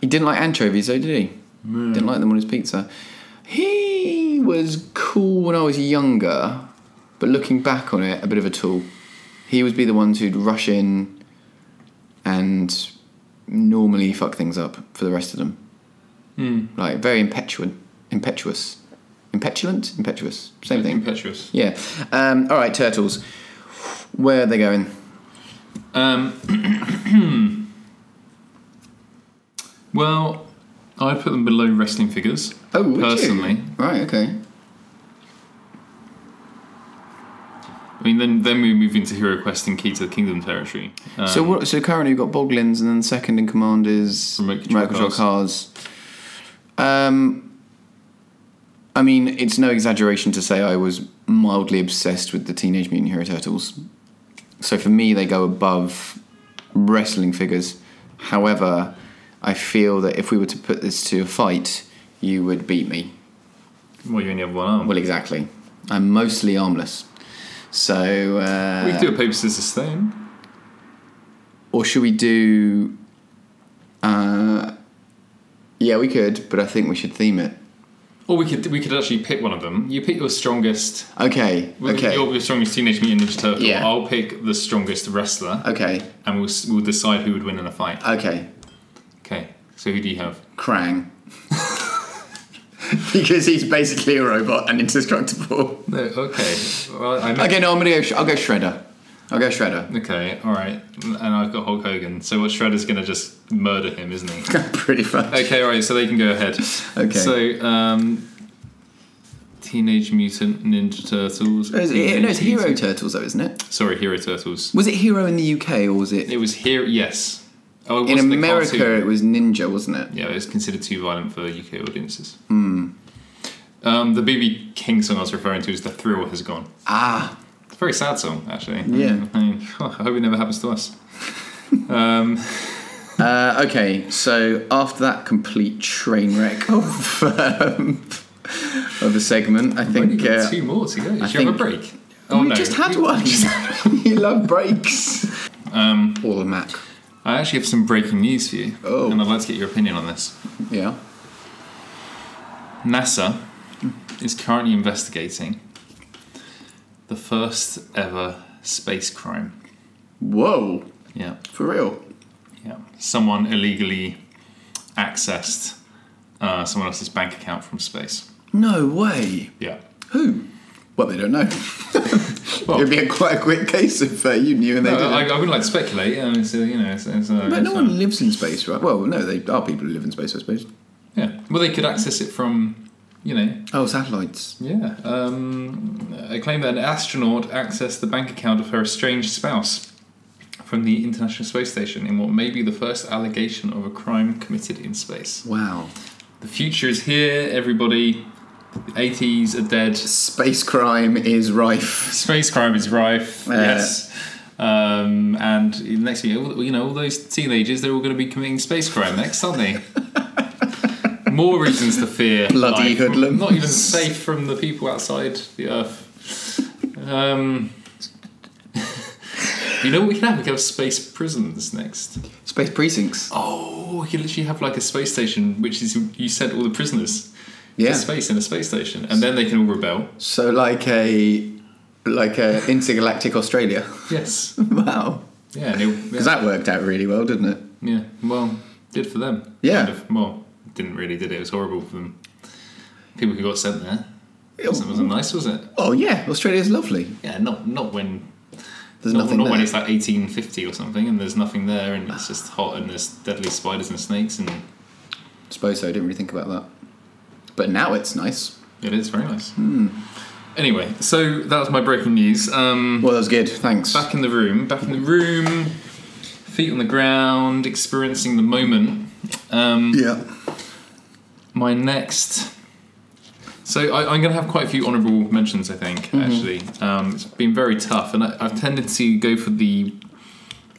B: He didn't like anchovies, though, did he? Didn't like them on his pizza. He was cool when I was younger, but looking back on it, a bit of a tool. He would be the ones who'd rush in and normally fuck things up for the rest of them. Like very impetuous, impetuous, impetulant, impetuous, same thing.
A: Impetuous.
B: Yeah. Um, all right, turtles. Where are they going?
A: Um, well, I put them below wrestling figures.
B: Oh, would you?
A: personally,
B: Right. Okay.
A: I mean, then then we move into Hero Quest and Key to the Kingdom territory. Um,
B: so what, so currently we've got Boglins, and then second in command is
A: Remote control
B: cars. Um, I mean, it's no exaggeration to say I was mildly obsessed with the Teenage Mutant Hero Turtles. So for me, they go above wrestling figures. However, I feel that if we were to put this to a fight, you would beat me.
A: well, you only have one arm.
B: Well, exactly. I'm mostly armless. So uh,
A: we could do a paper scissors stone.
B: Or should we do? Uh, yeah, we could, but I think we should theme it.
A: Or we could we could actually pick one of them. You pick your strongest.
B: Okay. Okay.
A: Your, your strongest Teenage Mutant Ninja Turtle.
B: Yeah.
A: I'll pick the strongest wrestler,
B: Okay.
A: and we'll s- we'll decide who would win in a fight.
B: Okay.
A: Okay. So who do you have?
B: Krang. because he's basically a robot and indestructible.
A: No. Okay. Well, I
B: Okay, no, I'm gonna go. Sh- I'll go Shredder. I'll go Shredder.
A: Okay, all right. And I've got Hulk Hogan. So what Shredder's going to just murder him, isn't he?
B: Pretty fun.
A: Okay, all right. So they can go ahead.
B: Okay.
A: So um, Teenage Mutant Ninja Turtles.
B: No, it's, it- no,
A: Teenage
B: it's Hero
A: Mutant-
B: Turtles, though, isn't it?
A: Sorry, Hero Turtles.
B: Was it Hero in the UK or was it?
A: It was here. Yes. Oh, it
B: in
A: wasn't a
B: America,
A: cartoon.
B: it was Ninja, wasn't it?
A: Yeah, it was considered too violent for UK audiences. Hmm. Um, the BB King song I was referring to is "The Thrill Has Gone."
B: Ah,
A: It's a very sad song, actually.
B: Yeah.
A: I, mean, I hope it never happens to us.
B: Uh, okay, so after that complete train wreck of um, of a segment, I think
A: We've got
B: uh,
A: two more to go. Should you
B: think-
A: have a break? Oh,
B: we just had one. you love breaks. Um, or the Mac.
A: I actually have some breaking news for you,
B: Oh.
A: and I'd like to get your opinion on this.
B: Yeah.
A: NASA is currently investigating the first ever space crime.
B: Whoa,
A: Yeah,
B: for real.
A: yeah. Someone illegally accessed uh, someone else's bank account from space.
B: No way.
A: Yeah.
B: Who? Well, they don't know.
A: Well-
B: It'd be a quite a quick case if uh, you knew and they
A: No,
B: didn't.
A: I, I wouldn't like to speculate. Um, it's, uh, you know, it's, it's, uh,
B: but
A: it's,
B: no one
A: um,
B: lives in space, right? Well, no, they are people who live in space, I suppose.
A: yeah. Well, they could access it from, you know,
B: Oh, satellites.
A: Yeah. Um, I claim that an astronaut accessed the bank account of her estranged spouse from the International Space Station in what may be the first allegation of a crime committed in space.
B: Wow.
A: The future is here, everybody. The 80s are dead.
B: Space crime is rife.
A: Space crime is rife.
B: Uh,
A: yes. Um, and next year, all- you know, all those teenagers, they're all going to be committing space crime next, aren't they? More reasons to fear.
B: Bloody
A: life.
B: hoodlums.
A: Not even safe from the people outside the Earth. Um, you know what we can have? We can have space prisons next.
B: Space precincts.
A: Oh, we could literally have like a space station, which is you sent all the prisoners
B: Yeah.
A: to space in a space station, and then they can all rebel.
B: So like a like a intergalactic Australia.
A: Yes.
B: wow.
A: Yeah. And it, yeah.
B: Because that worked out really well, didn't it?
A: Yeah, well, did for them.
B: Yeah.
A: Kind of. Well, didn't really, did it? It was horrible for them. People who got sent there. It wasn't, wasn't nice, was it?
B: Oh yeah, Australia's lovely.
A: Yeah, not not when
B: There's
A: not,
B: nothing
A: not when
B: there.
A: it's like 1850 or something and there's nothing there and it's just hot and there's deadly spiders and snakes and
B: suppose so. I didn't really think about that. But now it's nice.
A: it is very nice.
B: Hmm.
A: Anyway, so that was my breaking news. Um,
B: Well, that's good. Thanks.
A: back in the room, back in the room, feet on the ground, experiencing the moment. Um,
B: Yeah.
A: My next. So I, I'm going to have quite a few honourable mentions. I think actually, um, it's been very tough, and I, I've tended to go for the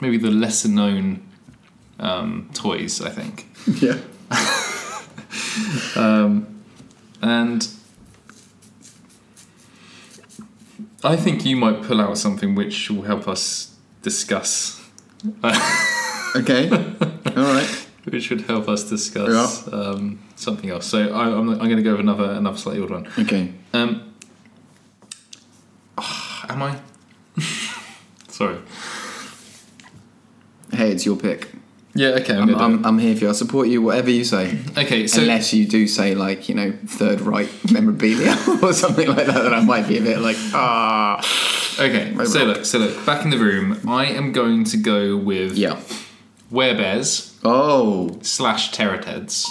A: maybe the lesser known um, toys. I think,
B: Yeah.
A: and I think you might pull out something which will help us discuss,
B: Okay. All right.
A: which would help us discuss um, something else. So I, I'm, I'm going to go with another another slightly odd one.
B: Okay.
A: Um, ah, am I? Sorry.
B: Hey, it's your pick.
A: Yeah. Okay. I'm,
B: I'm,
A: gonna do
B: I'm, I'm here for you. I support you, whatever you say.
A: it. Um, okay. So
B: Unless you do say like you know Third Right memorabilia or something like that, then I might be a bit like ah.
A: okay. So
B: Rock.
A: look. So look. Back in the room. I am going to go with
B: Yeah.
A: werebears
B: Oh.
A: slash terrateds.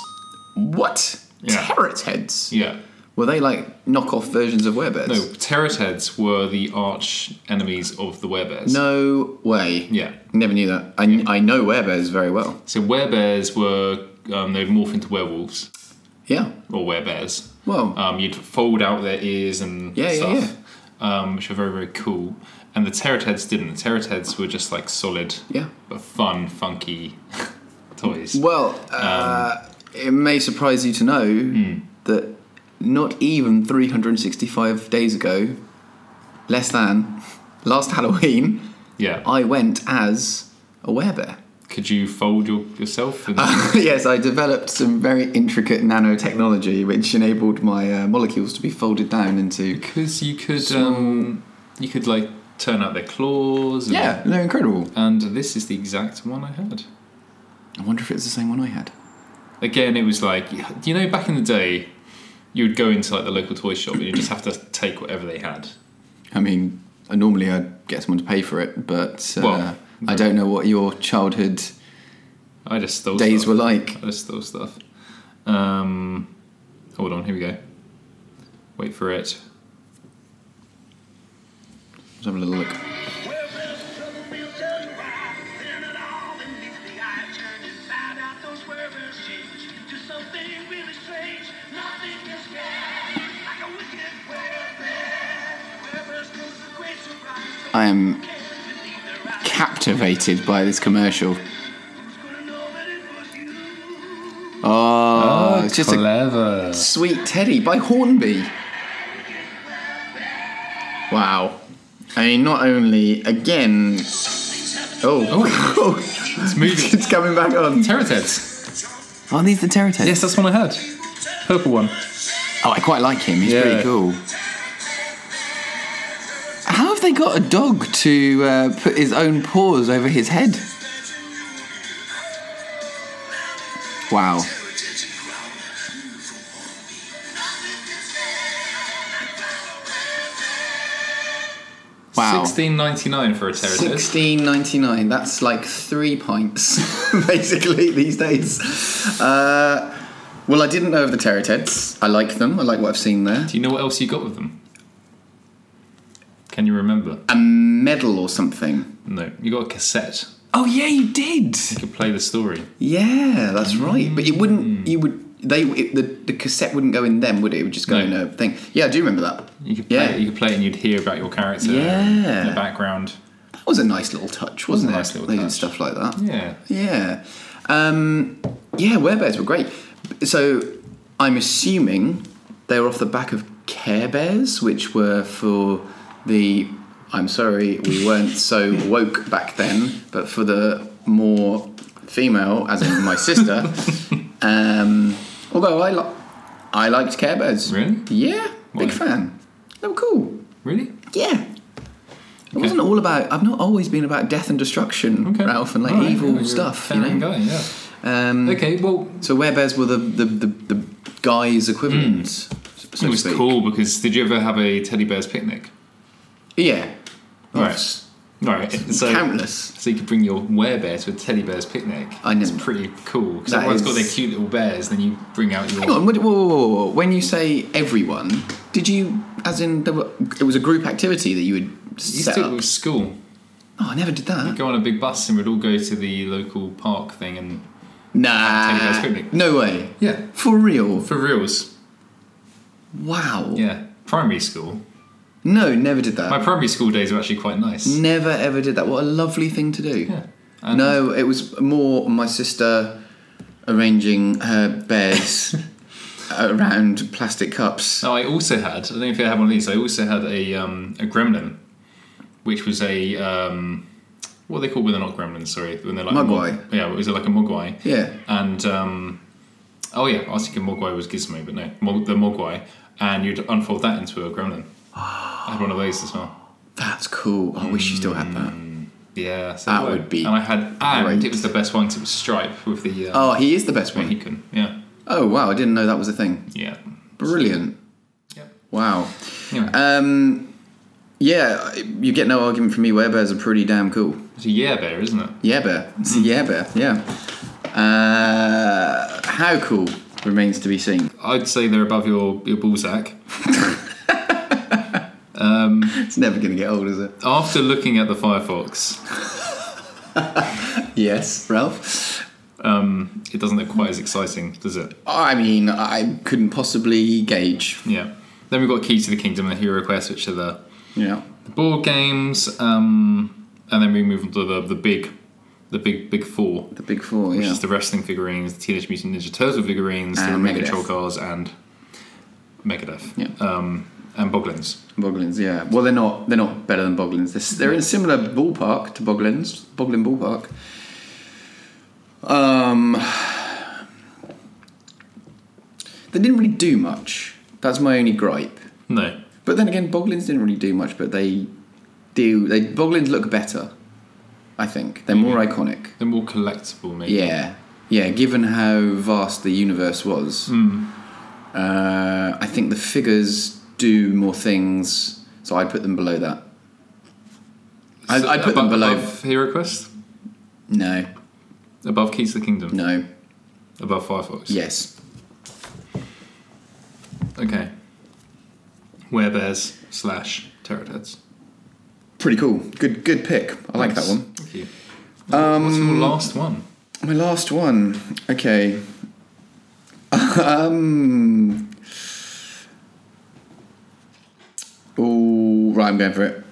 B: What?
A: Yeah.
B: Terror heads?
A: Yeah.
B: Were they like knockoff versions of werebears?
A: No, Terrateds were the arch enemies of the werebears.
B: No way.
A: Yeah.
B: Never knew that. I, I know werebears very well.
A: So werebears were um, they'd morph into werewolves
B: Yeah.
A: or werebears.
B: Well,
A: Um, you'd fold out their ears and
B: Yeah, yeah,
A: stuff, Um, which are very very cool. And the Terrateds didn't. The Terrateds were just like solid,
B: yeah.
A: but fun, funky toys.
B: Well, uh,
A: Um.
B: it may surprise you to know
A: Hmm.
B: that not even 365 days ago, less than last Halloween,
A: Yeah.
B: I went as a werebear.
A: Could you fold your, yourself? And,
B: Ah. yes, I developed some very intricate nanotechnology which enabled my uh, molecules to be folded down into.
A: because you could um, you could like turn out their claws. And,
B: Yeah, they're incredible.
A: And this is the exact one I had.
B: I wonder if it's the same one I had.
A: again, it was like you know, back in the day, you would go into like the local toy shop and you just have to take whatever they had.
B: I mean, uh, normally I'd get someone to pay for it, but uh,
A: Well,
B: I don't know what your childhood
A: I just stole
B: days
A: stuff.
B: were like.
A: I just stole stuff. Um, hold on, here we go. Wait for it.
B: Let's have a little look. I am captivated by this commercial. Oh, it's just a
A: Ah, clever.
B: sweet teddy by Hornby. Wow. I mean, not only again. Oh,
A: It's moving.
B: it's coming back on.
A: Terrateds.
B: Are these the Terratens?
A: Yes, that's one I had. Purple one.
B: Oh, I quite like him. He's
A: Yeah.
B: pretty cool. How have they got a dog to uh, put his own paws over his head? Wow. Wow.
A: Sixteen ninety nine for a Terrateds.
B: Sixteen ninety nine. That's like three pints, basically these days. Uh, well, I didn't know of the Terrateds. I like them. I like what I've seen there.
A: Do you know what else you got with them? Can you remember?
B: A medal or something.
A: No, you got a cassette.
B: Oh yeah, you did.
A: You could play the story.
B: Yeah, that's right. But it
A: Mm.
B: wouldn't. You would. They it, the the cassette wouldn't go in them, would it? It would just
A: No.
B: go in a thing. Yeah, I do remember that.
A: You could play
B: Yeah.
A: it, you could play it and you'd hear about your character
B: Yeah.
A: in the background.
B: That was a nice little touch, wasn't
A: It
B: it?
A: was a nice little
B: they did
A: touch.
B: stuff like that.
A: Yeah.
B: Yeah. Um, yeah, werebears were great. So I'm assuming they were off the back of Care Bears, which were for the. I'm sorry, we weren't so woke back then, but for the more female, as in my sister. um, although I, li- I liked Care Bears.
A: Really?
B: Yeah,
A: Why?
B: big fan. They were cool.
A: Really?
B: Yeah. It wasn't all about. I've not always been about death and destruction, Ralph, and like
A: All right,
B: evil
A: you're a
B: stuff. You
A: fair
B: know.
A: guy, yeah.
B: Um,
A: Okay, well,
B: So werebears were the the, the, the guys' equivalents. So
A: it
B: to
A: Mm. was
B: speak.
A: cool because did you ever have a teddy bear's picnic?
B: Yeah.
A: Right.
B: Yes.
A: All right, so
B: Countless.
A: so you could bring your bear to a teddy bear's picnic.
B: I know.
A: It's pretty cool because
B: That
A: everyone's got
B: is-
A: their cute little bears. Then you bring out your.
B: Hang on. What, whoa, whoa, whoa, whoa. When you say everyone, did you, as in, there were, it was a group activity that you would
A: You
B: set
A: still
B: up?
A: with school.
B: Oh, I never did that.
A: Go on a big bus and we'd all go to the local park thing and Teddy bears
B: Nah.
A: picnic.
B: No way.
A: yeah,
B: For real.
A: for reals.
B: Wow.
A: Yeah, primary school.
B: No, never did that.
A: My primary school days were actually quite nice.
B: Never ever did that. What a lovely thing to do.
A: Yeah. And-
B: no, it was more my sister arranging her beds around plastic cups.
A: Oh, I also had. I don't know if you had one of these. I also had a um, a gremlin, which was a um, what are they called when they're not gremlins. Sorry, when they're like
B: Mogwai.
A: Mog- yeah, was it like a mogwai?
B: Yeah.
A: And um, oh yeah, I was thinking mogwai was gizmo, but no, Mog- the mogwai, and you'd unfold that into a gremlin. I had one of those as well.
B: That's cool. I wish you still had that.
A: Mm. Yeah, so
B: That would be
A: And I had, and
B: great.
A: it was the best one. 'cause it was Stripe with the uh,
B: Oh, he is the best one.
A: Mohican. Yeah,
B: Oh, wow. I didn't know that was a thing.
A: yeah,
B: Brilliant.
A: Yep.
B: Wow.
A: Anyway,
B: Um, yeah, you get no argument from me. Werebears are pretty damn cool.
A: it's a yeah bear, isn't it?
B: Yeah, bear. It's a yeah, bear. Yeah. Uh, how cool. Remains to be seen.
A: I'd say they're above your your ballsack.
B: It's never going to get old, is it?
A: After looking at the Firefox,
B: Yes, Ralph.
A: um, it doesn't look quite as exciting, does it?
B: I mean, I couldn't possibly gauge.
A: Yeah. Then we've got Keys to the Kingdom and the Hero Quest, which are the,
B: Yeah.
A: the board games, um, and then we move on to the the big, the big big four,
B: The big four,
A: which
B: yeah.
A: is the wrestling figurines, the Teenage Mutant Ninja Turtle figurines,
B: And
A: the Mega
B: Megadeth.
A: Troll cars, and Megadeth.
B: Yeah.
A: Um, and Boglins.
B: Boglins, yeah. Well, they're not they're not better than Boglins. They're, s- they're in a similar ballpark to Boglins, Boglin ballpark. Um, they didn't really do much. That's my only gripe.
A: No.
B: But then again, Boglins didn't really do much. But they do. They Boglins look better. I think they're
A: Mm-hmm.
B: more iconic.
A: They're more collectible, maybe.
B: Yeah, yeah. Given how vast the universe was,
A: Hmm.
B: uh, I think the figures do more things. So I put them below that. I,
A: So
B: I put them
A: abo-
B: below.
A: Above Hero Quest?
B: No,
A: Above Keys to the Kingdom?
B: no.
A: Above Firefox?
B: Yes.
A: Okay. Werebears slash Terrorheads.
B: Pretty cool. Good, good pick. I like that
A: Nice.
B: one. Um,
A: Thank you. What's your last one?
B: My last one. Okay. um. Oh, right. I'm going for it.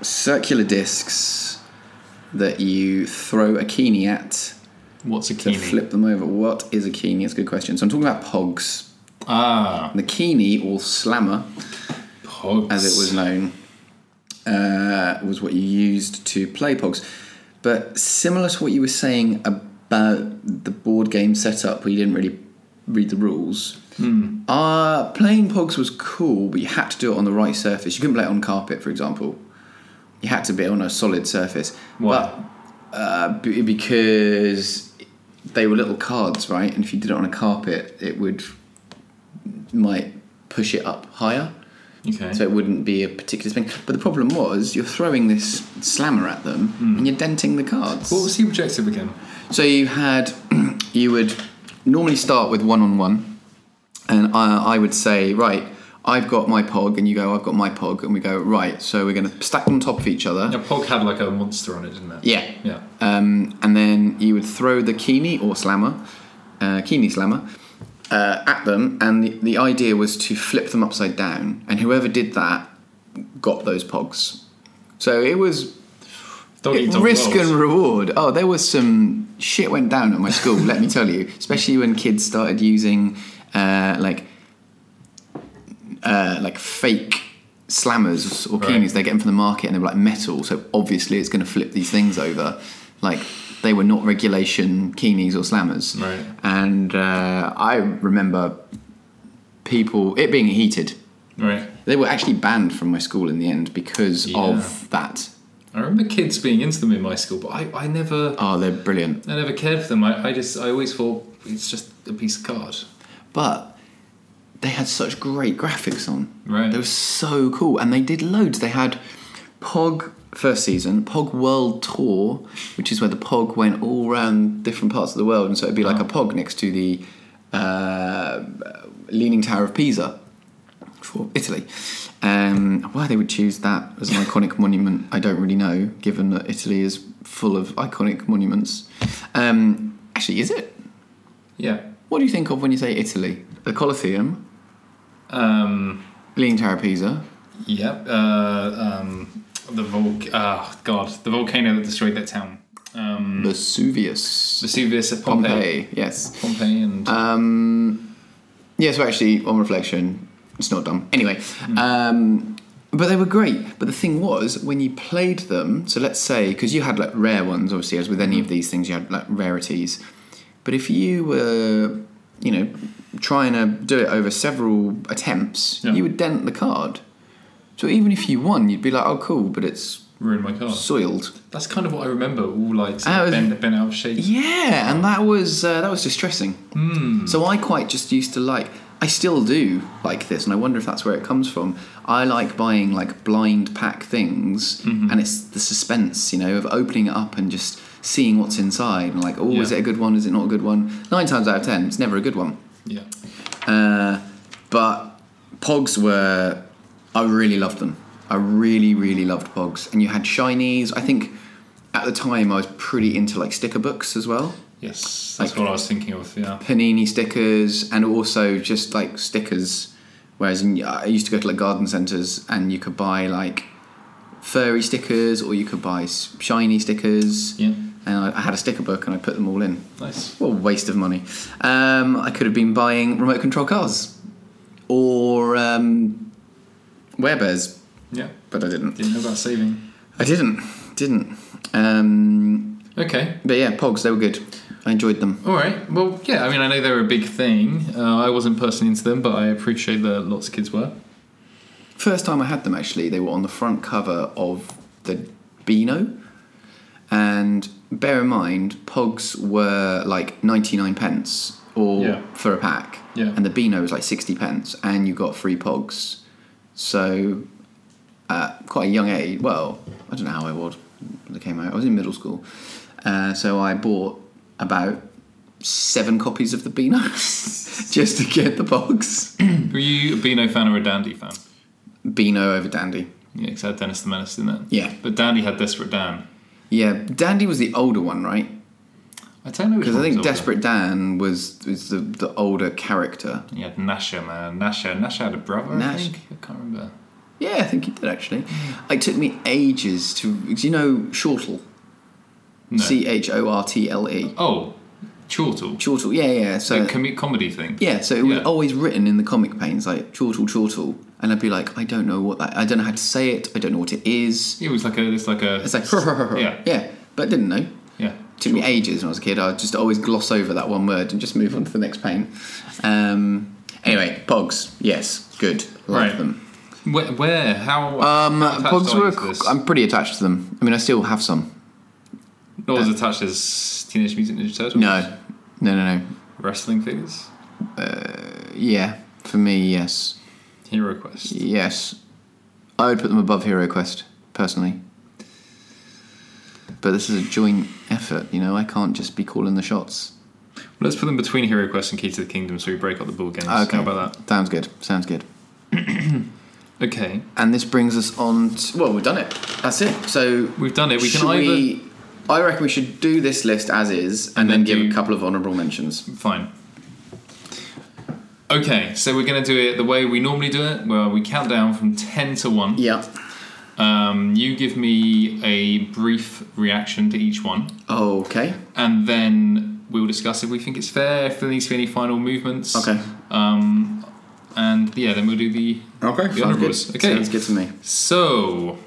B: Circular discs that you throw a keenie at
A: What's a
B: to
A: keenie?
B: flip them over. What is a keenie? It's a good question. So I'm talking about pogs.
A: Ah,
B: The keenie or slammer,
A: pogs.
B: as it was known, uh, was what you used to play pogs. But similar to what you were saying about the board game setup, where you didn't really read the rules.
A: Hmm.
B: Uh, playing pogs was cool, but you had to do it on the right surface. You couldn't play it on carpet, for example. You had to be on a solid surface.
A: Why?
B: But uh, b- because they were little cards, right? And if you did it on a carpet, it would might push it up higher
A: Okay.
B: so it wouldn't be a particular thing. But the problem was you're throwing this slammer at them and you're denting the cards.
A: what was the objective again?
B: So you had you would normally start with one on one, and I, I would say right. I've got my pog, and you go. I've got my pog, and we go. Right, so we're going to stack them on top of each other.
A: A pog had like a monster on it, didn't it?
B: Yeah.
A: Yeah.
B: Um, and then you would throw the keenie or slammer, uh, keenie slammer, uh, at them, and the, the idea was to flip them upside down, and whoever did that got those pogs. So it was
A: Dog eat dog
B: risk
A: world.
B: and reward. Oh, there was some shit went down at my school. let me tell you, especially when kids started using uh, like uh, like fake slammers or
A: Right.
B: keenies they're getting from the market, and they were like metal. So obviously, it's going to flip these things over. Like they were not regulation keenies or slammers.
A: Right.
B: And uh, I remember people it being heated.
A: Right.
B: They were actually banned from my school in the end because
A: Yeah.
B: of that.
A: I remember kids being into them in my school, but I, I never
B: Oh, they're brilliant.
A: I never cared for them. I, I just I always thought it's just a piece of card.
B: but they had such great graphics on.
A: Right.
B: They were so cool, and they did loads. They had Pog first season, Pog World Tour, which is where the Pog went all around different parts of the world, and so it'd be like a Pog next to the uh, Leaning Tower of Pisa for Italy. Um, why they would choose that as an iconic monument, I don't really know, given that Italy is full of iconic monuments. Um, actually, is it?
A: Yeah.
B: What do you think of when you say Italy? The Colosseum,
A: Um
B: Leaning Tower of Pisa.
A: Yep. Uh, um, the volc. Ah, God, the volcano that destroyed that town. Um,
B: Vesuvius,
A: Vesuvius at
B: Pompeii.
A: Pompeii.
B: Yes.
A: Pompeii and
B: Um, yeah, so actually, on reflection, it's not dumb. Anyway, um, but they were great. But the thing was, when you played them, so let's say, because you had like rare ones, obviously, as with any of these things, you had like rarities. But if you were, you know, trying to do it over several attempts,
A: Yeah.
B: you would dent the card. So even if you won, you'd be like, oh, cool, but it's
A: ruined my car.
B: soiled.
A: That's kind of what I remember. All like sort
B: Ah,
A: of
B: it was-
A: bent, bent out of shape.
B: Yeah, and that was uh, that was distressing. So I quite just used to like I still do like this, and I wonder if that's where it comes from. I like buying like blind pack things, and it's the suspense, you know, of opening it up and just seeing what's inside. And like, oh, is
A: Yeah.
B: it a good one? Is it not a good one? Nine times out of ten, it's never a good one.
A: Yeah.
B: Uh, but Pogs were, I really loved them. I really, really loved Pogs, and you had shinies. I think at the time I was pretty into like sticker books as well.
A: Yes. That's
B: Like-
A: what I was thinking of. Yeah.
B: Panini stickers and also just like stickers. Whereas in- I used to go to like garden centres and you could buy like furry stickers or you could buy s- shiny stickers.
A: Yeah.
B: And I, I had a sticker book and I put them all in.
A: Nice.
B: What a waste of money. Um, I could have been buying remote control cars or um, werebears,
A: Yeah.
B: but I didn't.
A: Didn't know about saving.
B: I didn't. Didn't. Um,
A: Okay.
B: but yeah, Pogs, they were good. I enjoyed them.
A: All right. Well, yeah. I mean, I know they're a big thing. Uh, I wasn't personally into them, but I appreciate that lots of kids were.
B: First time I had them, actually, they were on the front cover of the Beano. And bear in mind, Pogs were like 99 pence or
A: Yeah.
B: for a pack.
A: Yeah.
B: And the Beano was like 60 pence, and you got three Pogs. So, at quite a young age, well, I don't know how I was when they came out. I was in middle school. Uh, so, I bought about seven copies of the Beano just to get the Pogs.
A: Were you a Beano fan or a Dandy fan?
B: Beano over Dandy.
A: Yeah, 'cause it had Dennis the Menace in it.
B: Yeah.
A: But Dandy had Desperate Dan.
B: Yeah, Dandy was the older one, right?
A: I don't know which
B: Because I
A: one
B: think
A: was older.
B: Desperate Dan was was the, the older character.
A: You had Nasher, man. Nasher. Nasher had a brother,
B: Nash.
A: I think. I can't remember.
B: Yeah, I think he did actually. It took me ages to. Do you know Shortle?
A: No.
B: C H O R T L E.
A: Oh, Chortle.
B: Chortle. Yeah, yeah. So
A: the com- comedy thing.
B: Uh, yeah, so it was
A: Yeah.
B: always written in the comic panes like Chortle, Chortle, and I'd be like, I don't know what that. I don't know how to say it. I don't know what it is.
A: It was like a. It's like a.
B: It's like
A: Yeah.
B: yeah, but I didn't know.
A: Yeah.
B: took me ages when I was a kid. I'd just always gloss over that one word and just move on to the next pane. Um, anyway, Pogs, yes, good, like
A: Right.
B: them.
A: Where? where how?
B: Um,
A: how attached
B: Pogs
A: are you
B: were.
A: to
B: c-
A: This?
B: I'm pretty attached to them. I mean, I still have some.
A: Not as attached as Teenage Mutant Ninja Turtles.
B: uh, No, no, no, no.
A: Wrestling figures.
B: Yeah, for me, yes,
A: Hero Quest.
B: yes. I would put them above Hero Quest personally. But this is a joint effort, you know. I can't just be calling the shots.
A: Let's put them between Hero Quest and Key to the Kingdom so we break up the ball games.
B: Okay,
A: How about
B: Sounds good. Sounds good.
A: that? Okay.
B: And this brings us on. To, well, we've done it. That's it. So
A: We've done it. We can
B: Should
A: either.
B: we- I reckon we should do this list as is, and, then,
A: then
B: give
A: do-
B: a couple of honourable mentions.
A: Fine. Okay, so we're going to do it the way we normally do it, where we count down from 10 to 1.
B: Yeah.
A: Um, you give me a brief reaction to each one,
B: Okay.
A: and then we'll discuss if we think it's fair, if there needs to be any final movements.
B: Okay.
A: Um, and yeah, then we'll do the.
B: Okay.
A: The honourables. Okay.
B: Sounds good to me.
A: So,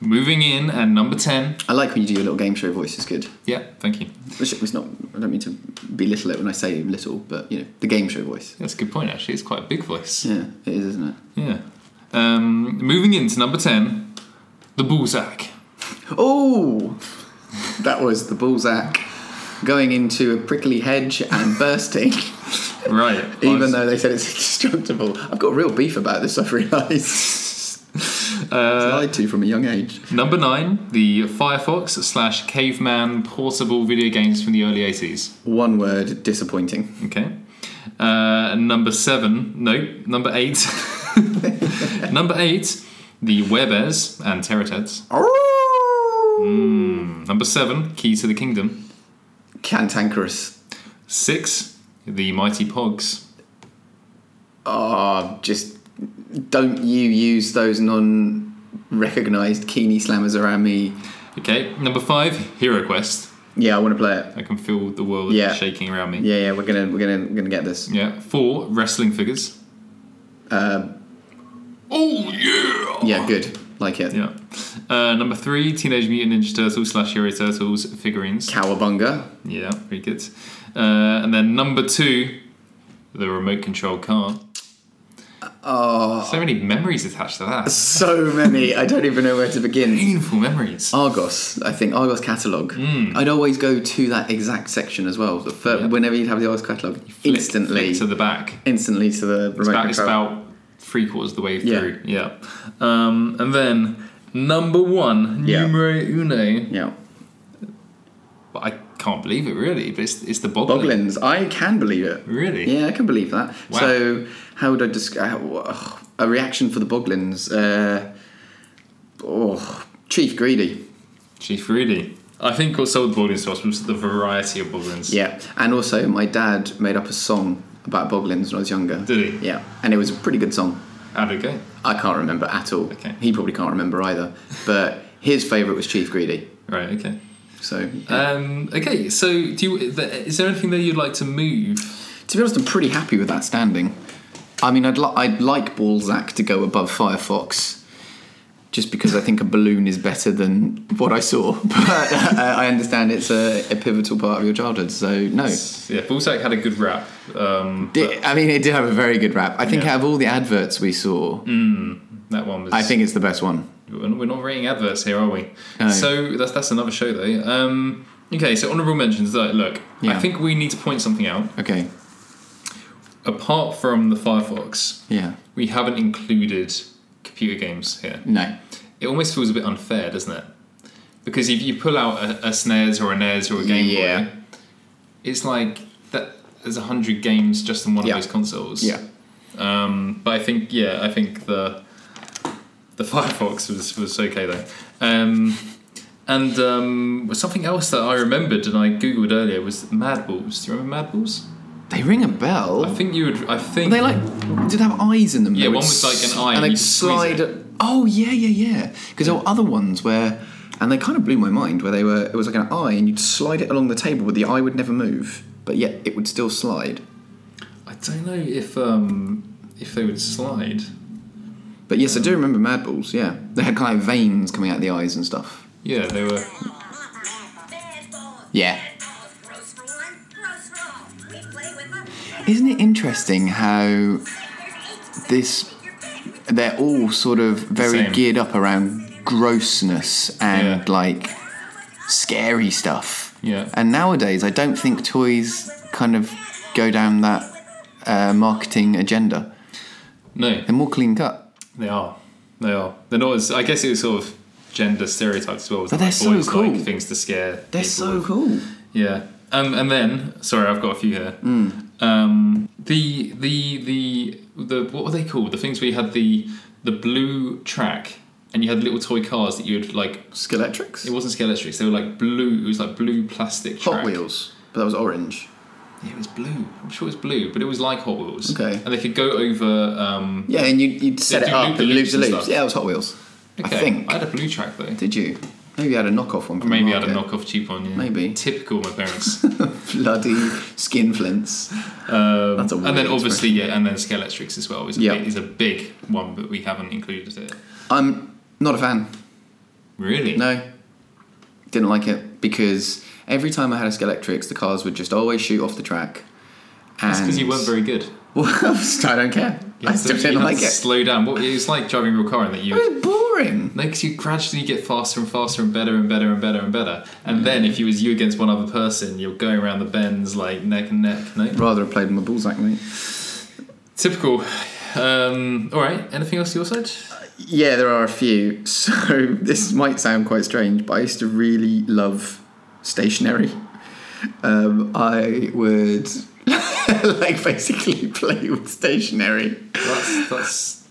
A: moving in at number 10.
B: I like when you do your little game show voice. It's good.
A: Yeah, thank you.
B: Which it's not. I don't mean to belittle it when I say little, but you know the game show voice.
A: That's a good point, actually. It's quite a big voice.
B: Yeah, it is, isn't it?
A: Yeah. Um, moving into number 10, the Balzac.
B: Oh, that was the Balzac going into a prickly hedge and bursting.
A: Right.
B: Even though they said it's indestructible, I've got real beef about this. I've realised.
A: Uh,
B: Lied to from a young age.
A: number nine, the Firefox slash caveman portable video games from the early 80s.
B: One word: disappointing.
A: Okay. Uh, number seven, no, number eight. number eight, the Webears and Terratets. Number seven, Key to the Kingdom.
B: Cantankerous.
A: Six, the Mighty Pogs.
B: Ah, just don't you use those non recognized Keeny slammers around me.
A: Okay. Number five, Hero Quest.
B: Yeah, I want to play it.
A: I can feel the world
B: Yeah.
A: shaking around me.
B: Yeah, yeah, we're gonna we're gonna we're gonna get this.
A: Yeah. Four, wrestling figures.
B: Um
A: Oh, yeah!
B: yeah, good. Like it.
A: Yeah. Uh, number three, Teenage Mutant Ninja Turtles slash Hero Turtles figurines.
B: Cowabunga.
A: Yeah, very good. Uh, and then number two, the remote control car.
B: Oh.
A: So many memories attached to that.
B: So many. I don't even know where to begin.
A: Painful memories.
B: Argos, I think Argos catalog.
A: Hmm.
B: I'd always go to that exact section as well. The fir-
A: Yep.
B: Whenever you'd have the Argos catalog,
A: Flick-
B: instantly,
A: flick to the back.
B: instantly to the remote
A: It's about, it's
B: control.
A: about three quarters of the way through. Yeah. Um, and then number one,
B: Yeah.
A: numero uno.
B: yeah,
A: But I can't believe it really. But it's it's the boglin.
B: Boglins. I can believe it.
A: Really?
B: Yeah, I can believe that.
A: Wow.
B: So, how would I describe a reaction for the Boglins? Uh, oh, Chief Greedy.
A: Chief really. I think what sold boglins to us was the variety of boglins.
B: Yeah, and also my dad made up a song about Boglins when I was younger.
A: Did he?
B: Yeah, and it was a pretty good song.
A: How'd it go?
B: I can't remember at all.
A: Okay.
B: He probably can't remember either. But his favourite was Chief Greedy.
A: Right. Okay.
B: So yeah.
A: Um, okay. So do you? th- Is there anything there you'd like to move?
B: to be honest, I'm pretty happy with that standing. I mean, I'd li- I'd like Balzac to go above Firefox, just because I think a balloon is better than what I saw. But uh, I understand it's a, a pivotal part of your childhood. So no,
A: Yeah. Bullsack had a good rap. Um,
B: Di- I mean, it did have a very good rap. I think
A: Yeah. Mm.
B: out of all the adverts we saw,
A: that one was.
B: I think it's the best one.
A: We're we're not rating adverts here, are we?
B: No.
A: So that's that's another show though. Um, okay, so honourable mentions. Like, look, I
B: Yeah.
A: think we need to point something out.
B: Okay,
A: Apart from the Firefox,
B: yeah,
A: we haven't included computer games here.
B: no,
A: It almost feels a bit unfair, doesn't it? Because if you pull out a, a SNES or a NES or a Game
B: Yeah.
A: Boy, it's like that. There's a hundred games just in one
B: Yeah.
A: of those consoles.
B: yeah.
A: Um, but I think yeah, I think the the Firefox was was okay though. Um, and um, something else that I remembered and I googled earlier was Madballs. Do you remember Madballs?
B: They ring a bell.
A: I think you would. I think
B: They like did have eyes in them.
A: Yeah,
B: They would
A: one was like an
B: s-
A: eye and
B: and
A: you
B: they'd
A: could squeeze
B: slide. Oh yeah, yeah, yeah. Because there were other ones where, and they kind of blew my mind where they were. It was like an eye, and you'd slide it along the table, but the eye would never move, but yet it would still slide.
A: I don't know if um, if they would slide.
B: But yes, I do remember Madballs. Yeah, they had kind of veins coming out of the eyes and stuff.
A: Yeah, they were.
B: Yeah. Isn't it interesting how this they're all sort of very
A: Same.
B: geared up around grossness and
A: Yeah.
B: like scary stuff.
A: Yeah.
B: And nowadays, I don't think toys kind of go down that uh, marketing agenda.
A: No,
B: They're more clean cut,
A: they are. They are. They're not as. I guess it was sort of gender stereotypes as well.
B: But they're so
A: boys
B: cool.
A: Like things to scare.
B: they're
A: people
B: so
A: with.
B: cool.
A: Yeah. Um, and then, sorry, I've got a few here.
B: Mm.
A: Um, the the the the what were they called? The things where you had the the blue track, and you had little toy cars that you'd like. It
B: Skeletrics?
A: wasn't Skeletrix. They were like blue. It was like blue plastic.
B: Hot
A: track.
B: Wheels, but that was orange.
A: Yeah, it was blue. I'm sure it was blue, but it was like Hot Wheels.
B: Okay.
A: And they could go over. Um,
B: Yeah, and you'd, you'd set
A: do
B: it up
A: loop-de-loops
B: and loop the
A: and
B: loops.
A: stuff.
B: Yeah, it was Hot Wheels.
A: okay.
B: I think.
A: I had a blue track though.
B: Did you? Maybe I had a knockoff one. From
A: Maybe
B: the
A: I had a
B: market.
A: knockoff cheap one. Yeah.
B: Maybe.
A: Typical, of my parents.
B: Bloody skin flints.
A: Um,
B: That's a
A: and
B: weird
A: then obviously, yeah, and then Skeletrix as well is a,
B: Yeah.
A: big, is a big one, but we haven't included it.
B: I'm not a fan.
A: Really?
B: No, didn't like it because every time I had a Skeletrix, the cars would just always shoot off the track. And
A: That's because you weren't very good.
B: Well, I don't care.
A: You had
B: I
A: to-
B: still
A: you
B: didn't
A: had
B: like
A: to
B: it.
A: Slow down. What, it's like driving your car and that you.
B: It was boring.
A: No, because you gradually get faster and faster and better and better and better and better. And then if it was you against one other person, you're going around the bends like neck and neck. No?
B: Rather have played my Balzac, mate.
A: Typical. Um, all right. Anything else to your side?
B: Yeah, there are a few. So this might sound quite strange, but I used to really love stationery. Um, I would like basically play with stationery.
A: That's that's,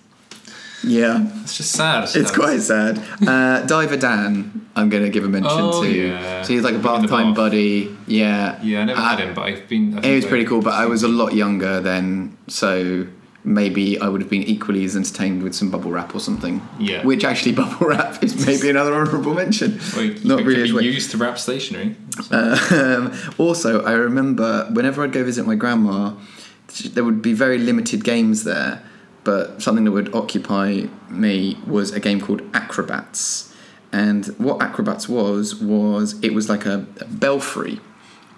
B: Yeah.
A: that's just sad.
B: It's quite sad. Uh, Diver Dan, I'm going to give a mention
A: Oh,
B: to.
A: yeah.
B: So he's like a
A: In the
B: bath time
A: bath.
B: buddy. Yeah.
A: Yeah, I never
B: Uh,
A: had him, but I've been. I
B: It
A: think
B: was
A: I-
B: pretty cool, but I was a lot younger then, so maybe I would have been equally as entertained with some bubble wrap or something.
A: Yeah.
B: Which actually, bubble wrap is maybe another honourable mention.
A: Like,
B: Not
A: it
B: really. as
A: could
B: well.
A: be used to wrap stationery.
B: Um, also, I remember whenever I'd go visit my grandma, sh- there would be very limited games there, but something that would occupy me was a game called Acrobats. And what Acrobats was, was it was like a, a
A: Hmm.
B: belfry,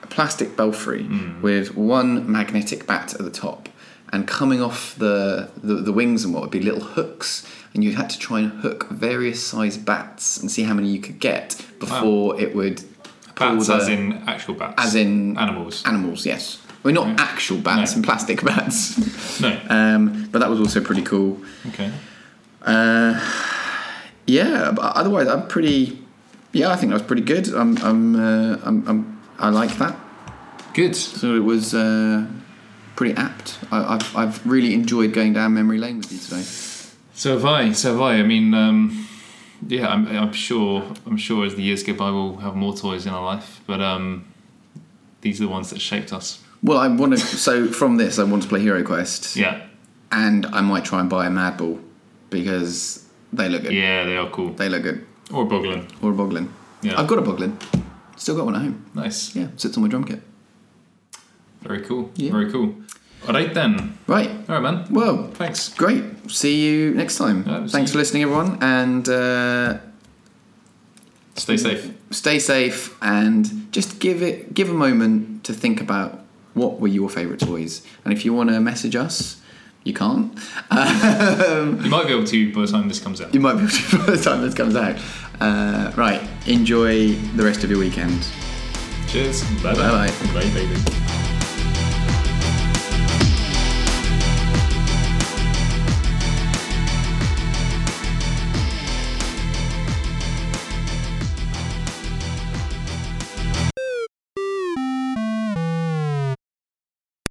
B: a plastic belfry with one magnetic bat at the top. and coming off the, the, the wings and what would be little hooks, and you had to try and hook various size bats and see how many you could get before it would pull
A: Bats,
B: the-
A: as in actual bats.
B: uh, as in
A: animals.
B: animals. Yes, we're not actual bats
A: No.
B: and plastic bats,
A: no.
B: um, but that was also pretty cool.
A: okay.
B: Yeah, but otherwise I'm pretty. Yeah, I think that was pretty good. I'm I'm uh, I'm, I'm I like that.
A: Good.
B: So it was uh, pretty apt. I, I've I've really enjoyed going down memory lane with you today.
A: So have I. So have I. I mean, um, yeah, I'm, I'm sure. I'm sure as the years go by, we'll have more toys in our life. But um, these are the ones that shaped us.
B: Well, I want to. So from this, I want to play Hero Quest,
A: Yeah.
B: and I might try and buy a Mad Ball because they look good.
A: Yeah, they are cool.
B: They look good.
A: Or Boglin.
B: Or a Boglin.
A: Yeah.
B: I've got a Boglin. Still got one at home.
A: Nice.
B: Yeah, sits on my drum kit.
A: Very cool.
B: Yeah.
A: Very cool. All right then.
B: Right.
A: All right, man.
B: Well,
A: Thanks.
B: great. See you next time.
A: Yeah, see
B: Thanks
A: you.
B: for listening, everyone, and uh,
A: Stay safe.
B: stay safe. And just give it give a moment to think about what were your favourite toys. And if you want to message us, you can't.
A: You might be able to by the time this comes out.
B: You might be able to by the time this comes out. Uh, right. Enjoy the rest of your weekend.
A: Cheers. Bye
B: Bye-bye.
A: bye. Bye bye.